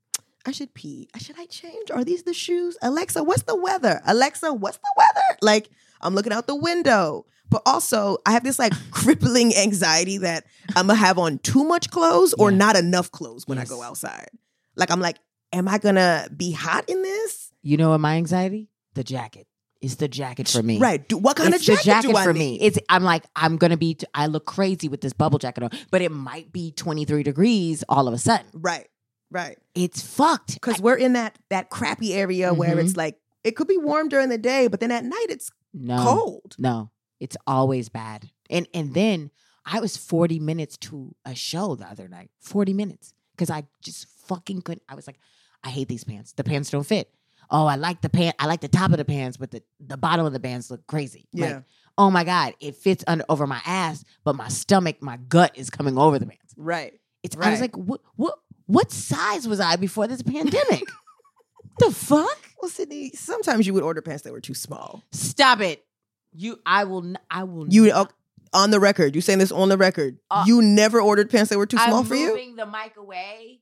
[SPEAKER 3] I should pee. Should I change? Are these the shoes? Alexa, what's the weather? Alexa, what's the weather? Like I'm looking out the window. But also, I have this like crippling anxiety that I'm gonna have on too much clothes or
[SPEAKER 2] Yeah.
[SPEAKER 3] not enough clothes when
[SPEAKER 2] Yes.
[SPEAKER 3] I go outside. Like I'm like, am I gonna be hot in this?
[SPEAKER 2] You know what my anxiety? The jacket. It's the jacket for me.
[SPEAKER 3] Right. Do, what kind
[SPEAKER 2] it's
[SPEAKER 3] of
[SPEAKER 2] the
[SPEAKER 3] jacket,
[SPEAKER 2] jacket
[SPEAKER 3] do I
[SPEAKER 2] for me.
[SPEAKER 3] need?
[SPEAKER 2] It's I'm like I'm gonna be. t- I look crazy with this bubble jacket on, but it might be 23 degrees all of a sudden.
[SPEAKER 3] Right. Right.
[SPEAKER 2] It's fucked.
[SPEAKER 3] because we're in that that crappy area where it's like it could be warm during the day, but then at night it's
[SPEAKER 2] No.
[SPEAKER 3] cold.
[SPEAKER 2] No, it's always bad. And and then I was 40 minutes to a show the other night. 40 minutes. Cause I just fucking couldn't. I was like, I hate these pants. The pants don't fit. Oh, I like the pant. I like the top of the pants, but the, the bottom of the pants look crazy.
[SPEAKER 3] Yeah.
[SPEAKER 2] Like, oh my God, it fits under over my ass, but my stomach, my gut is coming over the pants.
[SPEAKER 3] Right.
[SPEAKER 2] It's I was
[SPEAKER 3] Right.
[SPEAKER 2] like, what what what size was I before this pandemic? the fuck?
[SPEAKER 3] Well, Sydney, sometimes you would order pants that were too small.
[SPEAKER 2] Stop it. You I will n- I will
[SPEAKER 3] You uh, on the record, you saying this on the record.
[SPEAKER 2] Uh,
[SPEAKER 3] you never ordered pants that were too small
[SPEAKER 2] I'm
[SPEAKER 3] for you.
[SPEAKER 2] moving the mic away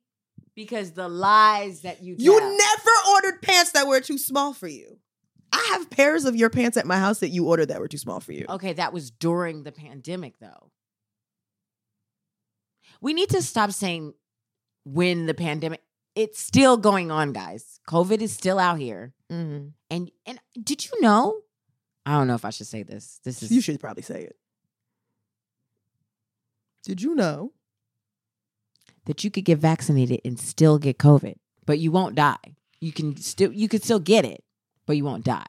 [SPEAKER 2] because the lies that you
[SPEAKER 3] You
[SPEAKER 2] tell.
[SPEAKER 3] never ordered pants that were too small for you. I have pairs of your pants at my house that you ordered that were too small for you.
[SPEAKER 2] okay, that was during the pandemic, though. We need to stop saying when the pandemic. It's still going on, guys. COVID is still out here,
[SPEAKER 3] Mm-hmm.
[SPEAKER 2] and and did you know? I don't know if I should say this. This is
[SPEAKER 3] You should probably say it. Did you know?
[SPEAKER 2] that you could get vaccinated and still get COVID, but you won't die. You can still you could still get it, but you won't die.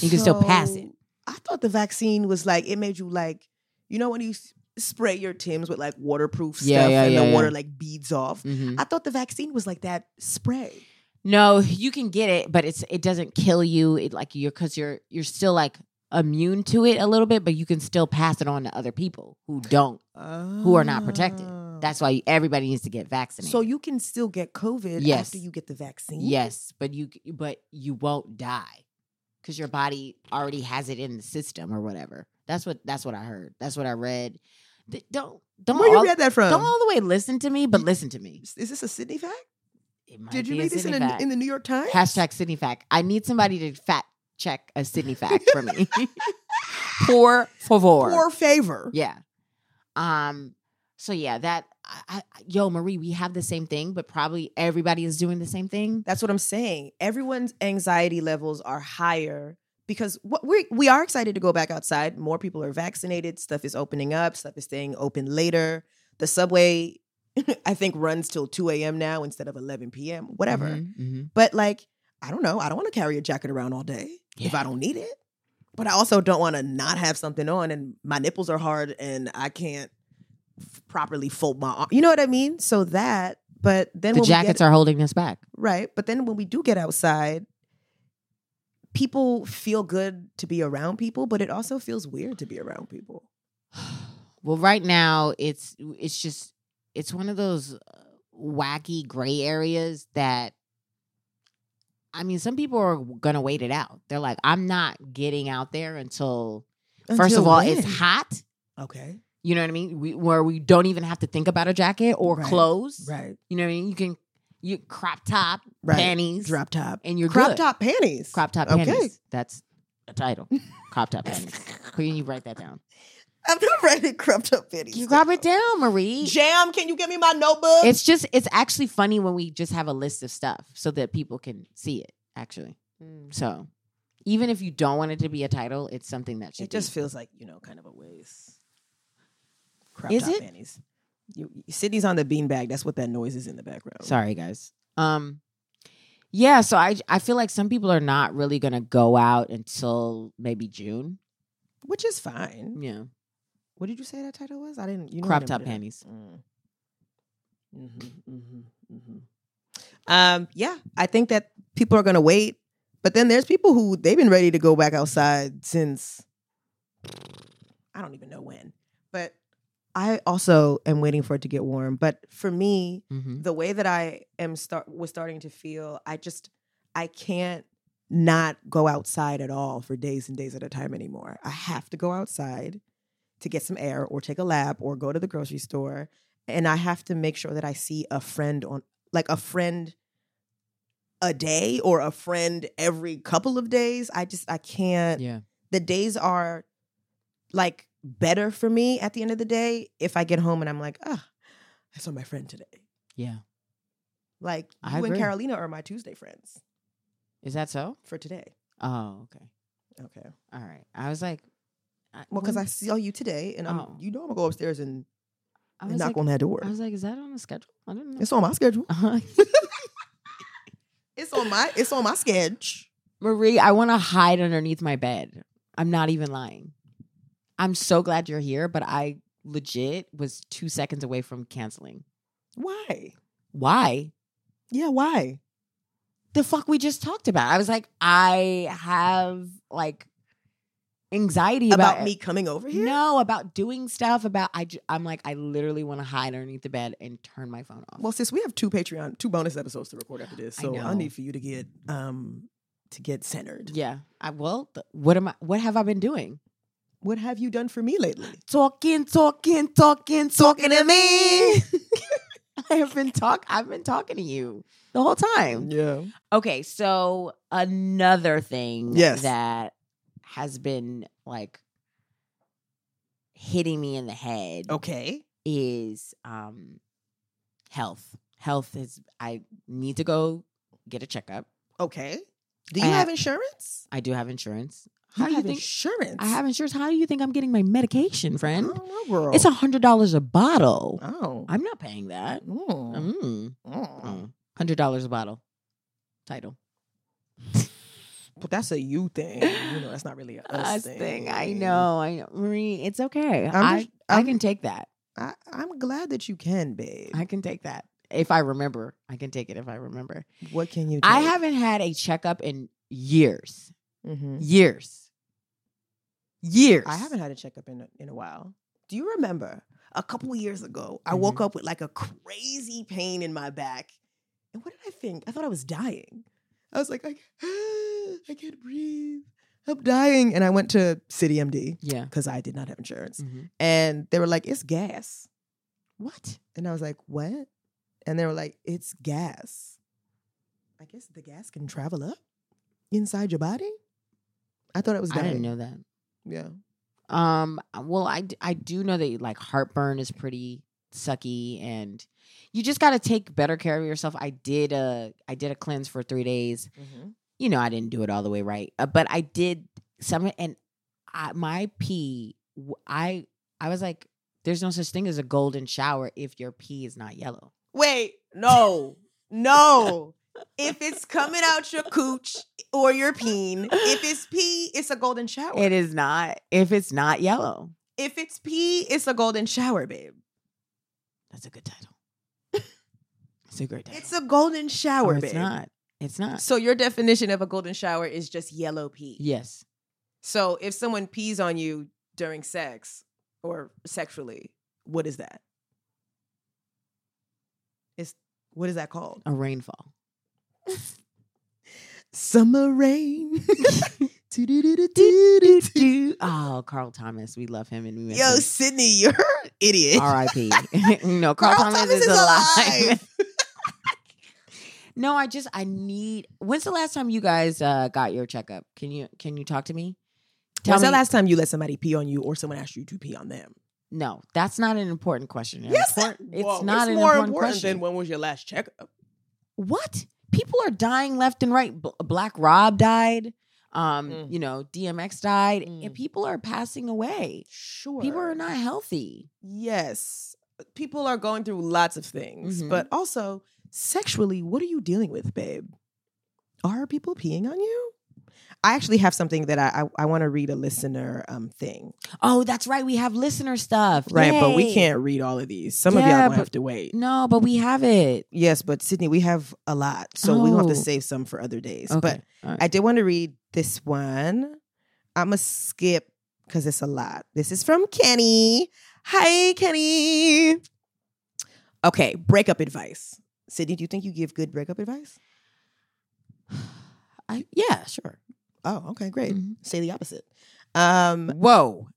[SPEAKER 2] You can still pass it.
[SPEAKER 3] So, I thought the vaccine was like it made you like you know when you s- spray your Tims with like waterproof stuff
[SPEAKER 2] Yeah, yeah,
[SPEAKER 3] and
[SPEAKER 2] yeah,
[SPEAKER 3] the
[SPEAKER 2] yeah.
[SPEAKER 3] water like beads off.
[SPEAKER 2] Mm-hmm.
[SPEAKER 3] I thought the vaccine was like that spray.
[SPEAKER 2] No, you can get it, but it's it doesn't kill you. It like you're because you're you're still like immune to it a little bit, but you can still pass it on to other people who don't.
[SPEAKER 3] Who
[SPEAKER 2] are not protected. That's why everybody needs to get vaccinated.
[SPEAKER 3] Ah. so you can still get COVID
[SPEAKER 2] Yes.
[SPEAKER 3] after you get the vaccine.
[SPEAKER 2] yes, but you but you won't die because your body already has it in the system or whatever. That's what that's what I heard. That's what I read. Th- Don't don't
[SPEAKER 3] Where
[SPEAKER 2] all,
[SPEAKER 3] you read that from?
[SPEAKER 2] don't all the way listen to me, but listen to me.
[SPEAKER 3] Is this a Sydney fact?
[SPEAKER 2] It might
[SPEAKER 3] Did you
[SPEAKER 2] be a
[SPEAKER 3] read this in,
[SPEAKER 2] Sydney
[SPEAKER 3] a,
[SPEAKER 2] fact.
[SPEAKER 3] in the New York Times?
[SPEAKER 2] Hashtag Sydney fact. I need somebody to fact check a Sydney fact for me. Por favor.
[SPEAKER 3] Poor favor.
[SPEAKER 2] yeah. Um. So yeah, that I, I, yo Marie, we have the same thing, but probably everybody is doing the same thing.
[SPEAKER 3] That's what I'm saying. Everyone's anxiety levels are higher because what we we are excited to go back outside. More people are vaccinated. Stuff is opening up. Stuff is staying open later. The subway, I think, runs till 2 a.m. now instead of 11 p.m. Whatever.
[SPEAKER 2] Mhm, mhm.
[SPEAKER 3] But like, I don't know. I don't want to carry a jacket around all day if
[SPEAKER 2] Yeah.
[SPEAKER 3] I don't need it. but I also don't want to not have something on, and my nipples are hard, and I can't f- properly fold my arm. You know what I mean? So that, but then
[SPEAKER 2] The
[SPEAKER 3] when we
[SPEAKER 2] jackets
[SPEAKER 3] get,
[SPEAKER 2] are holding us back.
[SPEAKER 3] right, but then when we do get outside, people feel good to be around people, but it also feels weird to be around people.
[SPEAKER 2] Well, right now it's it's just it's one of those uh, wacky gray areas that I mean, some people are gonna wait it out. They're like, I'm not getting out there until, first
[SPEAKER 3] Until
[SPEAKER 2] of all
[SPEAKER 3] when?
[SPEAKER 2] it's hot.
[SPEAKER 3] Okay,
[SPEAKER 2] You know what I mean? We, where we don't even have to think about a jacket or
[SPEAKER 3] Right.
[SPEAKER 2] clothes.
[SPEAKER 3] right,
[SPEAKER 2] You know what I mean? You can you crop top,
[SPEAKER 3] right.
[SPEAKER 2] panties,
[SPEAKER 3] drop top,
[SPEAKER 2] and you're
[SPEAKER 3] crop
[SPEAKER 2] good.
[SPEAKER 3] top panties.
[SPEAKER 2] crop top
[SPEAKER 3] Okay.
[SPEAKER 2] panties. That's a title. crop top panties. Can you write that down?
[SPEAKER 3] I'm not writing crop top panties.
[SPEAKER 2] You crop it down, Marie.
[SPEAKER 3] Jam, can you get me my notebook?
[SPEAKER 2] It's just it's actually funny when we just have a list of stuff so that people can see it. Actually,
[SPEAKER 3] Mm,
[SPEAKER 2] so even if you don't want it to be a title, it's something that should.
[SPEAKER 3] It just
[SPEAKER 2] be.
[SPEAKER 3] feels like you know, kind of a waste. Crop
[SPEAKER 2] Is
[SPEAKER 3] top
[SPEAKER 2] it?
[SPEAKER 3] panties. You, Sydney's on the beanbag. That's what that noise is in the background.
[SPEAKER 2] Sorry, guys. Um, yeah. So I I feel like some people are not really gonna go out until maybe June.
[SPEAKER 3] which is fine.
[SPEAKER 2] Yeah,
[SPEAKER 3] What did you say that title was? I didn't. You know I
[SPEAKER 2] crop
[SPEAKER 3] didn't
[SPEAKER 2] top
[SPEAKER 3] put it up.
[SPEAKER 2] panties.
[SPEAKER 3] Mm. Mhm, mhm, mhm. Um, yeah, I think that people are gonna wait, but then there's people who they've been ready to go back outside since I don't even know when. But I also am waiting for it to get warm. But for me,
[SPEAKER 2] Mm-hmm.
[SPEAKER 3] the way that I am start was starting to feel, I just I can't not go outside at all for days and days at a time anymore. I have to go outside to get some air or take a lap or go to the grocery store and I have to make sure that I see a friend on like a friend a day or a friend every couple of days. I just I can't
[SPEAKER 2] Yeah.
[SPEAKER 3] the days are like better for me at the end of the day if I get home and I'm like, ah, I saw my friend today.
[SPEAKER 2] Yeah.
[SPEAKER 3] Like
[SPEAKER 2] I
[SPEAKER 3] you and
[SPEAKER 2] agree.
[SPEAKER 3] Carolina are my Tuesday friends
[SPEAKER 2] Is that so?
[SPEAKER 3] for today.
[SPEAKER 2] Oh, okay.
[SPEAKER 3] Okay.
[SPEAKER 2] All right. I was like, I,
[SPEAKER 3] Well, because I saw you today, and I'm,
[SPEAKER 2] Oh.
[SPEAKER 3] you know I'm gonna go upstairs and,
[SPEAKER 2] I
[SPEAKER 3] and
[SPEAKER 2] was
[SPEAKER 3] knock
[SPEAKER 2] like,
[SPEAKER 3] on that door.
[SPEAKER 2] I was like, is that on the schedule? I don't know.
[SPEAKER 3] it's on my schedule.
[SPEAKER 2] Uh-huh.
[SPEAKER 3] It's on my it's on my schedule.
[SPEAKER 2] Marie, I want to hide underneath my bed. I'm not even lying. I'm so glad you're here, but I legit was two seconds away from canceling.
[SPEAKER 3] Why?
[SPEAKER 2] Why?
[SPEAKER 3] Yeah, why?
[SPEAKER 2] The fuck we just talked about. I was like, I have like anxiety about,
[SPEAKER 3] About, me coming over here?
[SPEAKER 2] No, about doing stuff. About I, ju- I'm like, I literally want to hide underneath the bed and turn my phone off.
[SPEAKER 3] Well, sis, we have two Patreon, two bonus episodes to record after this,
[SPEAKER 2] I
[SPEAKER 3] so I,
[SPEAKER 2] know.
[SPEAKER 3] need for you to get um to get centered.
[SPEAKER 2] yeah. I well, th- what am I? What have I been doing?
[SPEAKER 3] What have you done for me lately?
[SPEAKER 2] talking, talking, talking, talking to me. I have been talk. I've been talking to you the whole time.
[SPEAKER 3] Yeah.
[SPEAKER 2] Okay, so another thing
[SPEAKER 3] Yes.
[SPEAKER 2] that has been like hitting me in the head
[SPEAKER 3] Okay.
[SPEAKER 2] is um health. Health is I need to go get a checkup.
[SPEAKER 3] Okay. Do you
[SPEAKER 2] Uh,
[SPEAKER 3] have insurance?
[SPEAKER 2] I do have insurance.
[SPEAKER 3] You
[SPEAKER 2] How do you
[SPEAKER 3] have
[SPEAKER 2] think
[SPEAKER 3] insurance?
[SPEAKER 2] I have insurance? How do you think I'm getting my medication,
[SPEAKER 3] I
[SPEAKER 2] friend?
[SPEAKER 3] don't know, girl.
[SPEAKER 2] It's a hundred dollars a bottle.
[SPEAKER 3] oh.
[SPEAKER 2] I'm not paying that.
[SPEAKER 3] Mm.
[SPEAKER 2] Mm.
[SPEAKER 3] Mm.
[SPEAKER 2] Hundred dollars a bottle. Title.
[SPEAKER 3] But that's a you thing. You know, that's not really a us,
[SPEAKER 2] Us thing. I know. I know. Marie, it's okay.
[SPEAKER 3] I'm
[SPEAKER 2] I,
[SPEAKER 3] just-
[SPEAKER 2] I
[SPEAKER 3] I'm-
[SPEAKER 2] can take that.
[SPEAKER 3] I, I'm glad that you can, babe.
[SPEAKER 2] I can take that. If I remember. I can take it if I remember.
[SPEAKER 3] what can you? Take?
[SPEAKER 2] I haven't had a checkup in years.
[SPEAKER 3] Mhm.
[SPEAKER 2] Years. Years.
[SPEAKER 3] I haven't had a checkup in a, in a while. Do you remember a couple years ago? I
[SPEAKER 2] Mm-hmm.
[SPEAKER 3] woke up with like a crazy pain in my back, and what did I think? I thought I was dying. I was like, I, I can't breathe. I'm dying, and I went to City MD
[SPEAKER 2] Yeah.
[SPEAKER 3] because I did not have insurance.
[SPEAKER 2] Mhm.
[SPEAKER 3] and they were like, "It's gas,"
[SPEAKER 2] What?
[SPEAKER 3] and I was like, "What?" And they were like, "It's gas." I guess the gas can travel up inside your body. I thought it was.
[SPEAKER 2] I
[SPEAKER 3] Dying.
[SPEAKER 2] didn't know that.
[SPEAKER 3] Yeah,
[SPEAKER 2] Um. Well, I d- I do know that like heartburn is pretty sucky, and you just got to take better care of yourself. I did a I did a cleanse for three days. You know, I didn't do it all the way right, uh, but I did some. And I, my pee, w- I I was like, there's no such thing as a golden shower if your pee is not yellow.
[SPEAKER 3] Wait, no, no. If it's coming out your cooch or your peen, if it's pee, it's a golden shower.
[SPEAKER 2] It is not. If it's not yellow,
[SPEAKER 3] If it's pee, it's a golden shower, babe.
[SPEAKER 2] that's a good title. It's a great title.
[SPEAKER 3] It's a golden
[SPEAKER 2] No,
[SPEAKER 3] shower,
[SPEAKER 2] it's
[SPEAKER 3] babe.
[SPEAKER 2] not. It's not.
[SPEAKER 3] So your definition of a golden shower is just yellow pee.
[SPEAKER 2] Yes.
[SPEAKER 3] So if someone pees on you during sex or sexually, what is that? It's what is that called?
[SPEAKER 2] A rainfall.
[SPEAKER 3] Summer rain.
[SPEAKER 2] Do-do-do-do-do-do. oh, Carl Thomas. We love him and we miss
[SPEAKER 3] Yo,
[SPEAKER 2] him.
[SPEAKER 3] Sydney, you're an idiot.
[SPEAKER 2] R.I.P. no, Carl, Thomas, is, alive. no, I just I need. When's the last time you guys uh, got your checkup? Can you can you talk to me? Tell
[SPEAKER 3] When's
[SPEAKER 2] me.
[SPEAKER 3] the last time you let somebody pee on you or someone asked you to pee on them?
[SPEAKER 2] no, that's not an important question. An important- it's
[SPEAKER 3] Whoa,
[SPEAKER 2] not an
[SPEAKER 3] more
[SPEAKER 2] important,
[SPEAKER 3] important,
[SPEAKER 2] question.
[SPEAKER 3] than when was your last checkup?
[SPEAKER 2] what people are dying left and right. B- Black Rob died. Um,
[SPEAKER 3] Mm.
[SPEAKER 2] you know, DMX died,
[SPEAKER 3] Mm.
[SPEAKER 2] and people are passing away.
[SPEAKER 3] Sure.
[SPEAKER 2] People are not healthy.
[SPEAKER 3] Yes. uh, People are going through lots of things,
[SPEAKER 2] Mhm.
[SPEAKER 3] but also sexually, what are you dealing with, babe? Are people peeing on you? I actually have something that I I, I want to read a listener um thing,
[SPEAKER 2] Oh, that's right. We have listener stuff,
[SPEAKER 3] right? But we
[SPEAKER 2] Yay.
[SPEAKER 3] can't read all of these. Some of y'all
[SPEAKER 2] Yeah,
[SPEAKER 3] gonna
[SPEAKER 2] but-
[SPEAKER 3] have to wait.
[SPEAKER 2] No, but we have it.
[SPEAKER 3] Yes, but Sydney, we have a lot, so we're gonna have to
[SPEAKER 2] Oh.
[SPEAKER 3] save some for other days.
[SPEAKER 2] Okay.
[SPEAKER 3] But
[SPEAKER 2] All right.
[SPEAKER 3] I did want to read this one. I'm going to skip because it's a lot. This is from Kenny. Hi, Kenny. Okay, breakup advice. Sydney, do you think you give good breakup advice?
[SPEAKER 2] I, yeah, sure.
[SPEAKER 3] Oh, okay, great.
[SPEAKER 2] Mhm.
[SPEAKER 3] Say the opposite. Um,
[SPEAKER 2] Whoa.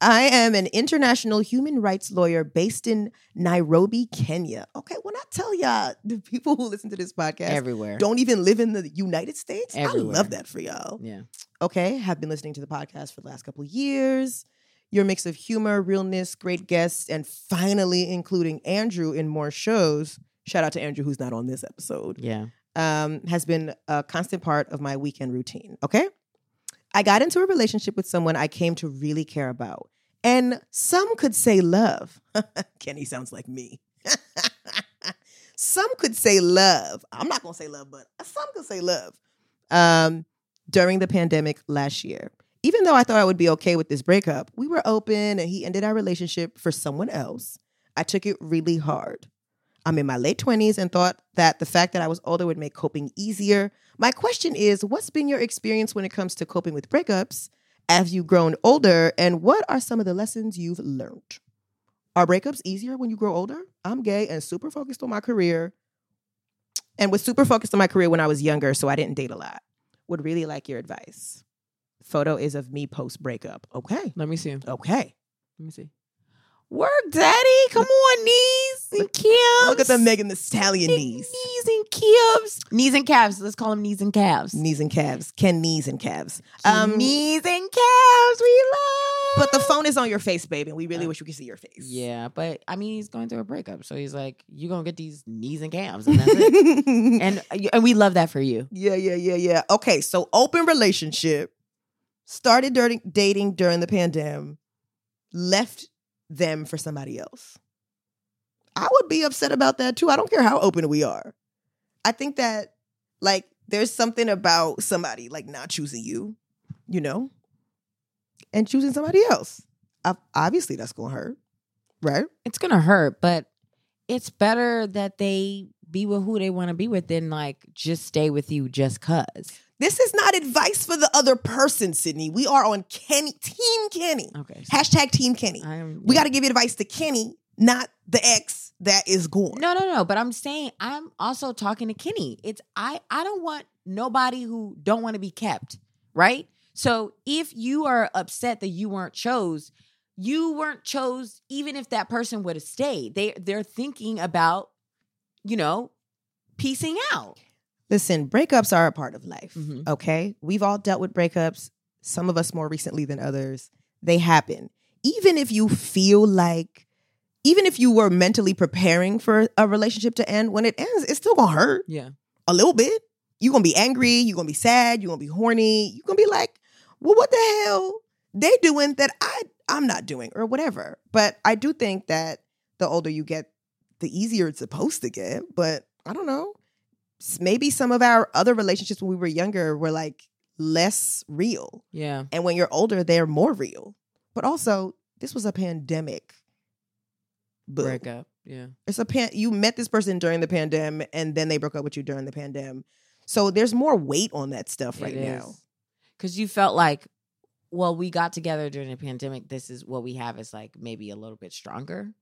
[SPEAKER 3] I am an international human rights lawyer based in Nairobi, Kenya. Okay, when I tell y'all, the people who listen to this podcast
[SPEAKER 2] Everywhere.
[SPEAKER 3] don't even live in the United States, I
[SPEAKER 2] Everywhere.
[SPEAKER 3] love that for y'all.
[SPEAKER 2] Yeah.
[SPEAKER 3] okay, have been listening to the podcast for the last couple of years. Your mix of humor, realness, great guests, and finally including Andrew in more shows. Shout out to Andrew, who's not on this episode,
[SPEAKER 2] Yeah.
[SPEAKER 3] um, has been a constant part of my weekend routine. Okay. I got into a relationship with someone I came to really care about, and some could say love. Kenny sounds like me. some could say love. I'm not going to say love, but some could say love. Um, during the pandemic last year. Even though I thought I would be okay with this breakup, we were open and he ended our relationship for someone else. I took it really hard. I'm in my late 20s and thought that the fact that I was older would make coping easier. My question is what's been your experience when it comes to coping with breakups as you've grown older, and what are some of the lessons you've learned? Are breakups easier when you grow older? I'm gay and super focused on my career, and was super focused on my career when I was younger, so I didn't date a lot would really like your advice. Photo is of me post breakup. Okay.
[SPEAKER 2] Let me see. Let
[SPEAKER 3] Okay.
[SPEAKER 2] me see. Work, daddy. Come on, knees and calves.
[SPEAKER 3] Look at the Megan the Stallion knees.
[SPEAKER 2] Knees and calves. Knees and calves. Let's call them knees and calves.
[SPEAKER 3] Knees and calves. Ken knees and calves.
[SPEAKER 2] um, knees and calves. We love.
[SPEAKER 3] But the phone is on your face, babe, and we really wish we could see your face.
[SPEAKER 2] Uh, Yeah, but I mean, he's going through a breakup, so he's like, "You gonna get these knees and calves," and that's it.
[SPEAKER 3] and
[SPEAKER 2] and uh, and we love that for you.
[SPEAKER 3] yeah, yeah, yeah, yeah. Okay, so open relationship. Started dirty, dating during the pandemic. Left them for somebody else. I would be upset about that too. I don't care how open we are. I think that like there's something about somebody like not choosing you, you know, and choosing somebody else. Ob- Obviously, that's gonna hurt, right?
[SPEAKER 2] It's gonna hurt, but it's better that they be with who they want to be with than like just stay with you just cause.
[SPEAKER 3] This is not advice for the other person, Sydney. We are on Kenny Team Kenny.
[SPEAKER 2] Okay, so
[SPEAKER 3] Hashtag Team Kenny.
[SPEAKER 2] I'm,
[SPEAKER 3] We got to give advice to Kenny, not the ex that is gone.
[SPEAKER 2] No, no, no. But I'm saying I'm also talking to Kenny. It's I I don't want nobody who don't want to be kept, right? So if you are upset that you weren't chose, you weren't chose even if that person would have stayed. They they're thinking about, you know, piecing out.
[SPEAKER 3] Listen, breakups are a part of life,
[SPEAKER 2] Mhm.
[SPEAKER 3] okay? We've all dealt with breakups, some of us more recently than others. They happen. Even if you feel like, even if you were mentally preparing for a relationship to end, when it ends, it's still gonna hurt.
[SPEAKER 2] Yeah.
[SPEAKER 3] a little bit. You're gonna be angry, you're gonna be sad, you're gonna be horny, you're gonna be like, well, what the hell they doing that I I'm not doing or whatever. But I do think that the older you get, the easier it's supposed to get. But I don't know. s- maybe some of our other relationships when we were younger were like less real.
[SPEAKER 2] Yeah.
[SPEAKER 3] And when you're older, they're more real. But also, this was a pandemic. Boo.
[SPEAKER 2] Breakup. Yeah.
[SPEAKER 3] It's a pan- you met this person during the pandemic and then they broke up with you during the pandemic. So there's more weight on that stuff right now.
[SPEAKER 2] Because you felt like, well, we got together during the pandemic. This is what we have is like maybe a little bit stronger.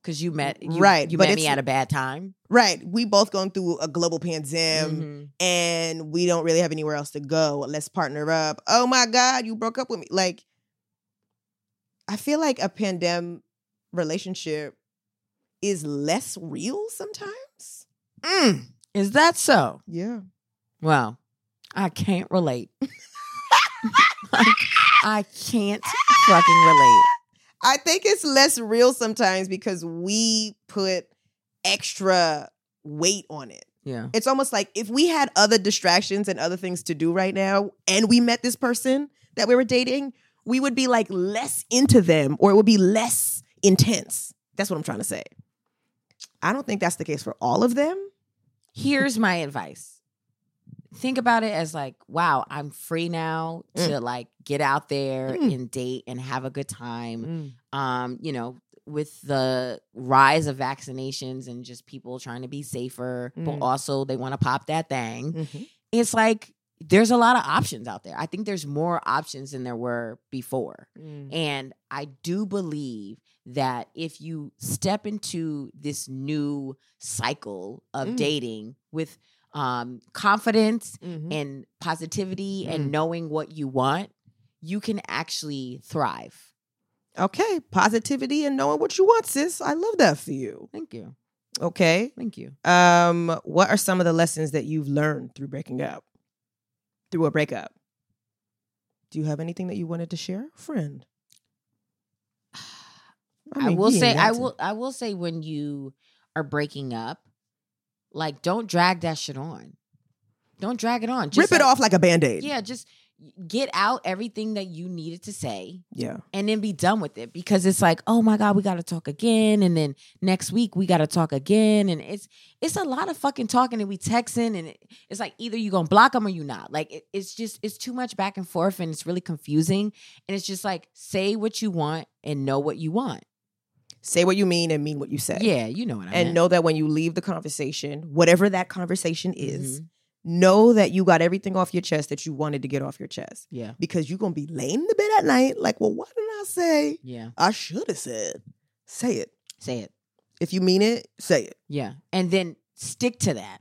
[SPEAKER 2] Because you met, you,
[SPEAKER 3] Right,
[SPEAKER 2] You
[SPEAKER 3] but
[SPEAKER 2] met me
[SPEAKER 3] it's-
[SPEAKER 2] at a bad time.
[SPEAKER 3] Right. We both going through a global pandemic
[SPEAKER 2] Mhm.
[SPEAKER 3] and we don't really have anywhere else to go. Let's partner up. Oh my God, you broke up with me. Like, I feel like a pandemic relationship is less real sometimes.
[SPEAKER 2] Mm, Is that so?
[SPEAKER 3] Yeah.
[SPEAKER 2] Well, I can't relate. I can't fucking relate.
[SPEAKER 3] I think it's less real sometimes because we put extra weight on it.
[SPEAKER 2] Yeah.
[SPEAKER 3] It's almost like if we had other distractions and other things to do right now and we met this person that we were dating, we would be like less into them or it would be less intense. That's what I'm trying to say. I don't think that's the case for all of them.
[SPEAKER 2] Here's my advice. Think about it as like, wow, I'm free now to like get out there
[SPEAKER 3] Mm.
[SPEAKER 2] and date and have a good time. um, you know, with the rise of vaccinations and just people trying to be safer,
[SPEAKER 3] Mm.
[SPEAKER 2] but also they want to pop that thing.
[SPEAKER 3] Mhm.
[SPEAKER 2] It's like there's a lot of options out there. I think there's more options than there were before.
[SPEAKER 3] Mm. Mm-hmm.
[SPEAKER 2] And I do believe that if you step into this new cycle of
[SPEAKER 3] Mm.
[SPEAKER 2] dating with um, confidence
[SPEAKER 3] Mhm.
[SPEAKER 2] and positivity
[SPEAKER 3] Mm.
[SPEAKER 2] and knowing what you want, you can actually thrive.
[SPEAKER 3] Okay, positivity and knowing what you want, sis. I love that for you.
[SPEAKER 2] Thank you.
[SPEAKER 3] Okay.
[SPEAKER 2] Thank you.
[SPEAKER 3] Um, what are some of the lessons that you've learned through breaking up? Through a breakup? Do you have anything that you wanted to share, friend?
[SPEAKER 2] I,
[SPEAKER 3] mean,
[SPEAKER 2] will
[SPEAKER 3] you
[SPEAKER 2] say
[SPEAKER 3] ain't
[SPEAKER 2] I
[SPEAKER 3] got to.
[SPEAKER 2] will I will say when you are breaking up, like don't drag that shit on. Don't drag it on.
[SPEAKER 3] rip
[SPEAKER 2] Just
[SPEAKER 3] it
[SPEAKER 2] like-
[SPEAKER 3] off like a band-aid.
[SPEAKER 2] Yeah, just get out everything that you needed to say
[SPEAKER 3] Yeah.
[SPEAKER 2] and then be done with it because it's like, "Oh my god, we got to talk again." And then next week we got to talk again and it's it's a lot of fucking talking and we texting and it, it's like either you going to block them or you not. Like it, it's just it's too much back and forth and it's really confusing and it's just like say what you want and know what you want.
[SPEAKER 3] Say what you mean and mean what you say.
[SPEAKER 2] Yeah, you know what I mean.
[SPEAKER 3] And know that when you leave the conversation, whatever that conversation is,
[SPEAKER 2] Mm-hmm.
[SPEAKER 3] know that you got everything off your chest that you wanted to get off your chest.
[SPEAKER 2] Yeah.
[SPEAKER 3] Because you're gonna be laying in the bed at night, like, well, what did I say?
[SPEAKER 2] Yeah.
[SPEAKER 3] I should have said. Say it.
[SPEAKER 2] Say it.
[SPEAKER 3] If you mean it, say it.
[SPEAKER 2] Yeah. And then stick to that.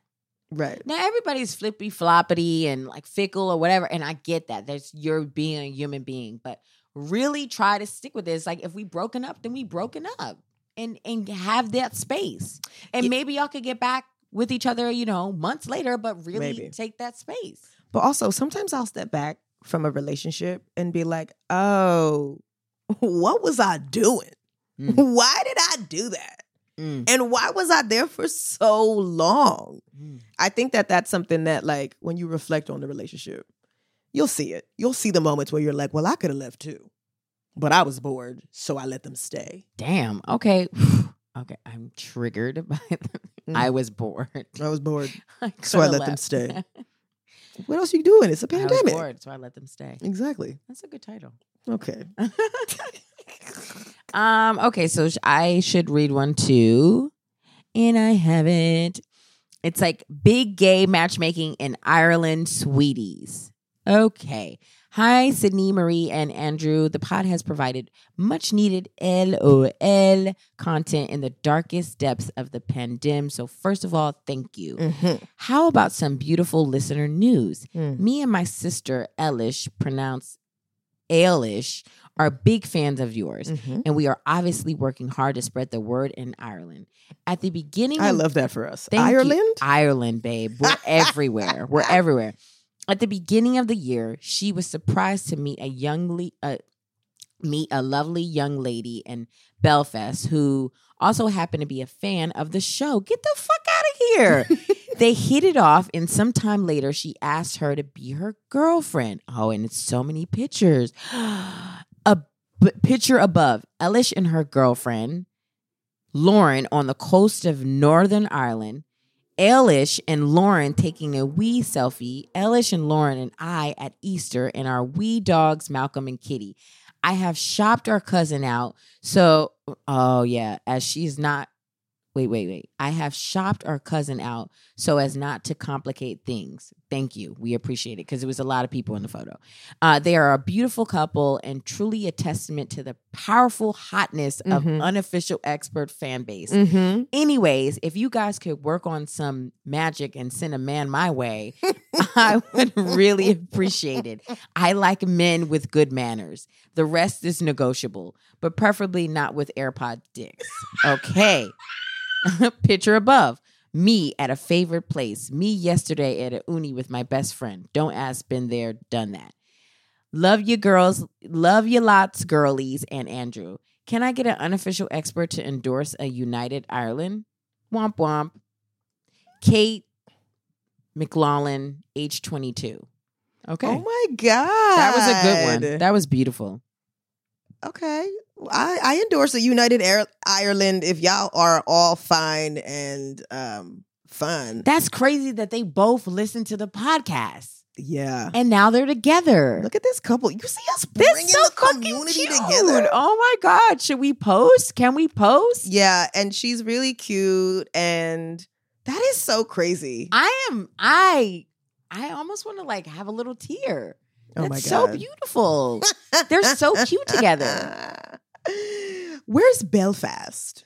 [SPEAKER 3] Right.
[SPEAKER 2] Now everybody's flippy floppity and like fickle or whatever. And I get that. That's you're being a human being. But really try to stick with this. Like if we broken up, then we broken up. And and have that space. And
[SPEAKER 3] Yeah.
[SPEAKER 2] maybe y'all could get back with each other, you know, months later, but really
[SPEAKER 3] Maybe.
[SPEAKER 2] take that space.
[SPEAKER 3] But also, sometimes I'll step back from a relationship and be like, oh, what was I doing?
[SPEAKER 2] Mm.
[SPEAKER 3] Why did I do that? And why was I there for so long?
[SPEAKER 2] Mm.
[SPEAKER 3] I think that that's something that, like, when you reflect on the relationship, you'll see it. You'll see the moments where you're like, well, I could have left too, but I was bored, so I let them stay.
[SPEAKER 2] Damn. Okay. okay. I'm triggered by them.
[SPEAKER 3] Mm.
[SPEAKER 2] I was bored.
[SPEAKER 3] I was bored.
[SPEAKER 2] I
[SPEAKER 3] So I
[SPEAKER 2] coulda
[SPEAKER 3] let them
[SPEAKER 2] left.
[SPEAKER 3] stay. What else you doing? It's a
[SPEAKER 2] I was
[SPEAKER 3] pandemic. Mm.
[SPEAKER 2] bored, so I let them stay.
[SPEAKER 3] Exactly.
[SPEAKER 2] That's a good title.
[SPEAKER 3] Okay.
[SPEAKER 2] um. Okay. So sh- I should read one too, and I haven't. It's like big gay matchmaking in Ireland, sweeties. Okay. Hi, Sydney, Marie, and Andrew. The pod has provided much needed LOL content in the darkest depths of the pandemic. So, first of all, thank you. How about some beautiful listener news?
[SPEAKER 3] Mm.
[SPEAKER 2] Me and my sister, Elish, pronounced Ailish, are big fans of yours,
[SPEAKER 3] Mhm.
[SPEAKER 2] and we are obviously working hard to spread the word in Ireland. At the beginning,
[SPEAKER 3] I
[SPEAKER 2] of-
[SPEAKER 3] love that for us.
[SPEAKER 2] Thank you.
[SPEAKER 3] Ireland?
[SPEAKER 2] Ireland, babe. We're everywhere. We're everywhere. At the beginning of the year, she was surprised to meet a young le- uh, meet a lovely young lady in Belfast who also happened to be a fan of the show. Get the fuck out of here. they hit it off and sometime later she asked her to be her girlfriend. Oh, and it's so many pictures. a b- picture above, Elish and her girlfriend Lauren on the coast of Northern Ireland Elish and Lauren taking a wee selfie. Elish and Lauren and I at Easter and our wee dogs, Malcolm and Kitty. I have shopped our cousin out. So, oh yeah, as she's not, wait, wait, wait. I have shopped our cousin out so as not to complicate things. Thank you. We appreciate it because it was a lot of people in the photo. Uh, they are a beautiful couple and truly a testament to the powerful hotness of
[SPEAKER 3] Mhm.
[SPEAKER 2] unofficial expert fan base.
[SPEAKER 3] Mm-hmm.
[SPEAKER 2] Anyways, if you guys could work on some magic and send a man my way, I would really appreciate it. I like men with good manners. The rest is negotiable, but preferably not with AirPod dicks. Okay. Picture above. Me at a favorite place. Me yesterday at a uni with my best friend. Don't ask, been there, done that. Love you girls. Love you lots, girlies, and Andrew. Can I get an unofficial expert to endorse a United Ireland? Womp womp. Kate McLaughlin, age 22. Okay.
[SPEAKER 3] Oh my god,
[SPEAKER 2] that was a good one. That was beautiful.
[SPEAKER 3] okay, I, I endorse the United Air- Ireland if y'all are all fine and um fun.
[SPEAKER 2] That's crazy that they both listened to the podcast
[SPEAKER 3] yeah.
[SPEAKER 2] and now they're together.
[SPEAKER 3] Look at this couple. You see us
[SPEAKER 2] They're
[SPEAKER 3] bringing the community together.
[SPEAKER 2] Oh my God. Should we post? Can we post?
[SPEAKER 3] Yeah, and she's really cute, and that is so crazy.
[SPEAKER 2] I am, I, I almost want to like have a little tear.
[SPEAKER 3] oh
[SPEAKER 2] That's
[SPEAKER 3] my god,
[SPEAKER 2] so beautiful. They're so cute together.
[SPEAKER 3] Where's Belfast?